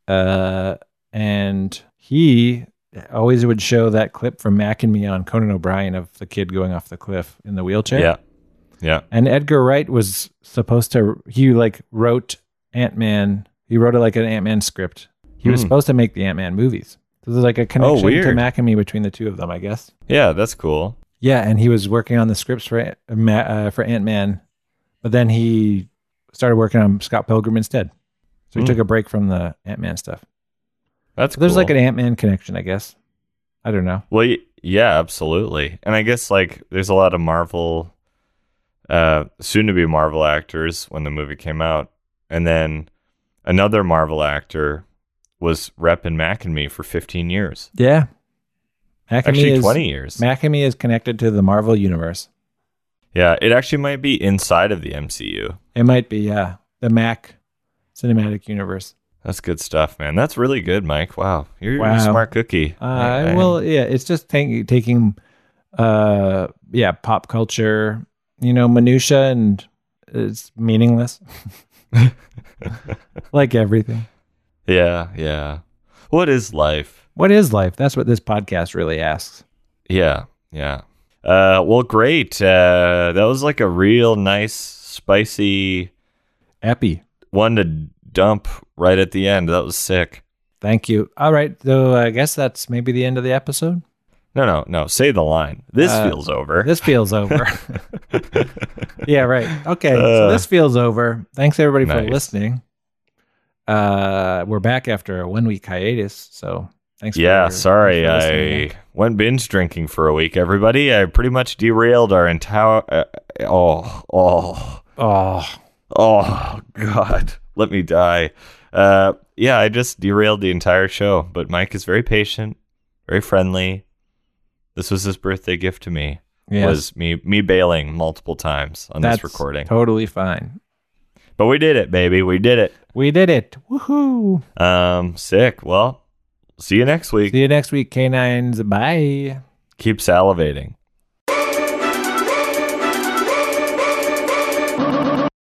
S2: uh, and he always would show that clip from Mac and Me on Conan O'Brien of the kid going off the cliff in the wheelchair.
S1: Yeah. Yeah.
S2: And Edgar Wright was supposed to he like wrote Ant Man. He wrote it like an Ant Man script. He was
S1: Hmm. Oh,
S2: supposed to make the Ant Man movies. So there's like a connection to
S1: weird.
S2: Mac and Me between the two of them, I guess.
S1: Yeah, that's cool.
S2: Yeah, and he was working on the scripts for Ant- Ma- uh, for Ant Man, but then he started working on Scott Pilgrim instead. So he
S1: Hmm.
S2: took a break from the Ant Man stuff.
S1: That's
S2: So there's
S1: cool.
S2: like an Ant Man connection, I guess. I don't know.
S1: Well, y- yeah, absolutely. And I guess like there's a lot of Marvel, uh, soon to be Marvel actors when the movie came out, and then another Marvel actor was rep and Mac and me for 15 years,
S2: Yeah. Mac and Me
S1: actually
S2: is
S1: 20 years.
S2: Mac and Me is connected to the Marvel universe.
S1: yeah, it actually might be inside of the MCU.
S2: It might be yeah, the Mac cinematic universe.
S1: That's good stuff, man. That's really good, Mike. Wow, you're, you're
S2: Wow.
S1: a smart cookie.
S2: Uh,
S1: I- I-
S2: well, yeah, it's just ta- taking uh yeah, pop culture, you know, minutia and it's meaningless.
S1: [LAUGHS]
S2: like everything.
S1: yeah, yeah. What is life?
S2: What is life? That's what this podcast really asks.
S1: Yeah, yeah. Uh, well, great. Uh, that was like a real nice, spicy
S2: Epi.
S1: one to dump right at the end. That was sick.
S2: Thank you. All right. So I guess that's maybe the end of the episode.
S1: No, no, no. Say the line. This
S2: Uh,
S1: feels over. [LAUGHS]
S2: This feels over. yeah, right. Okay. so
S1: Uh.
S2: this feels over. Thanks everybody for
S1: Nice.
S2: listening. Uh we're back after a one week hiatus, so thanks
S1: yeah,
S2: for
S1: sorry.
S2: thanks for listening.
S1: I went binge drinking for a week, everybody. I pretty much derailed our entire. Uh, oh, oh.
S2: Oh
S1: Oh God, let me die. Uh, yeah, I just derailed the entire show, but Mike is very patient, very friendly. This was his birthday gift to me.
S2: yeah.
S1: Was me me bailing multiple times on
S2: that's
S1: this recording,
S2: Totally fine.
S1: but we did it, baby. We did it.
S2: We did it. Woohoo.
S1: Um, sick. Well, see you next week.
S2: See you next week, canines. Bye.
S1: Keep salivating.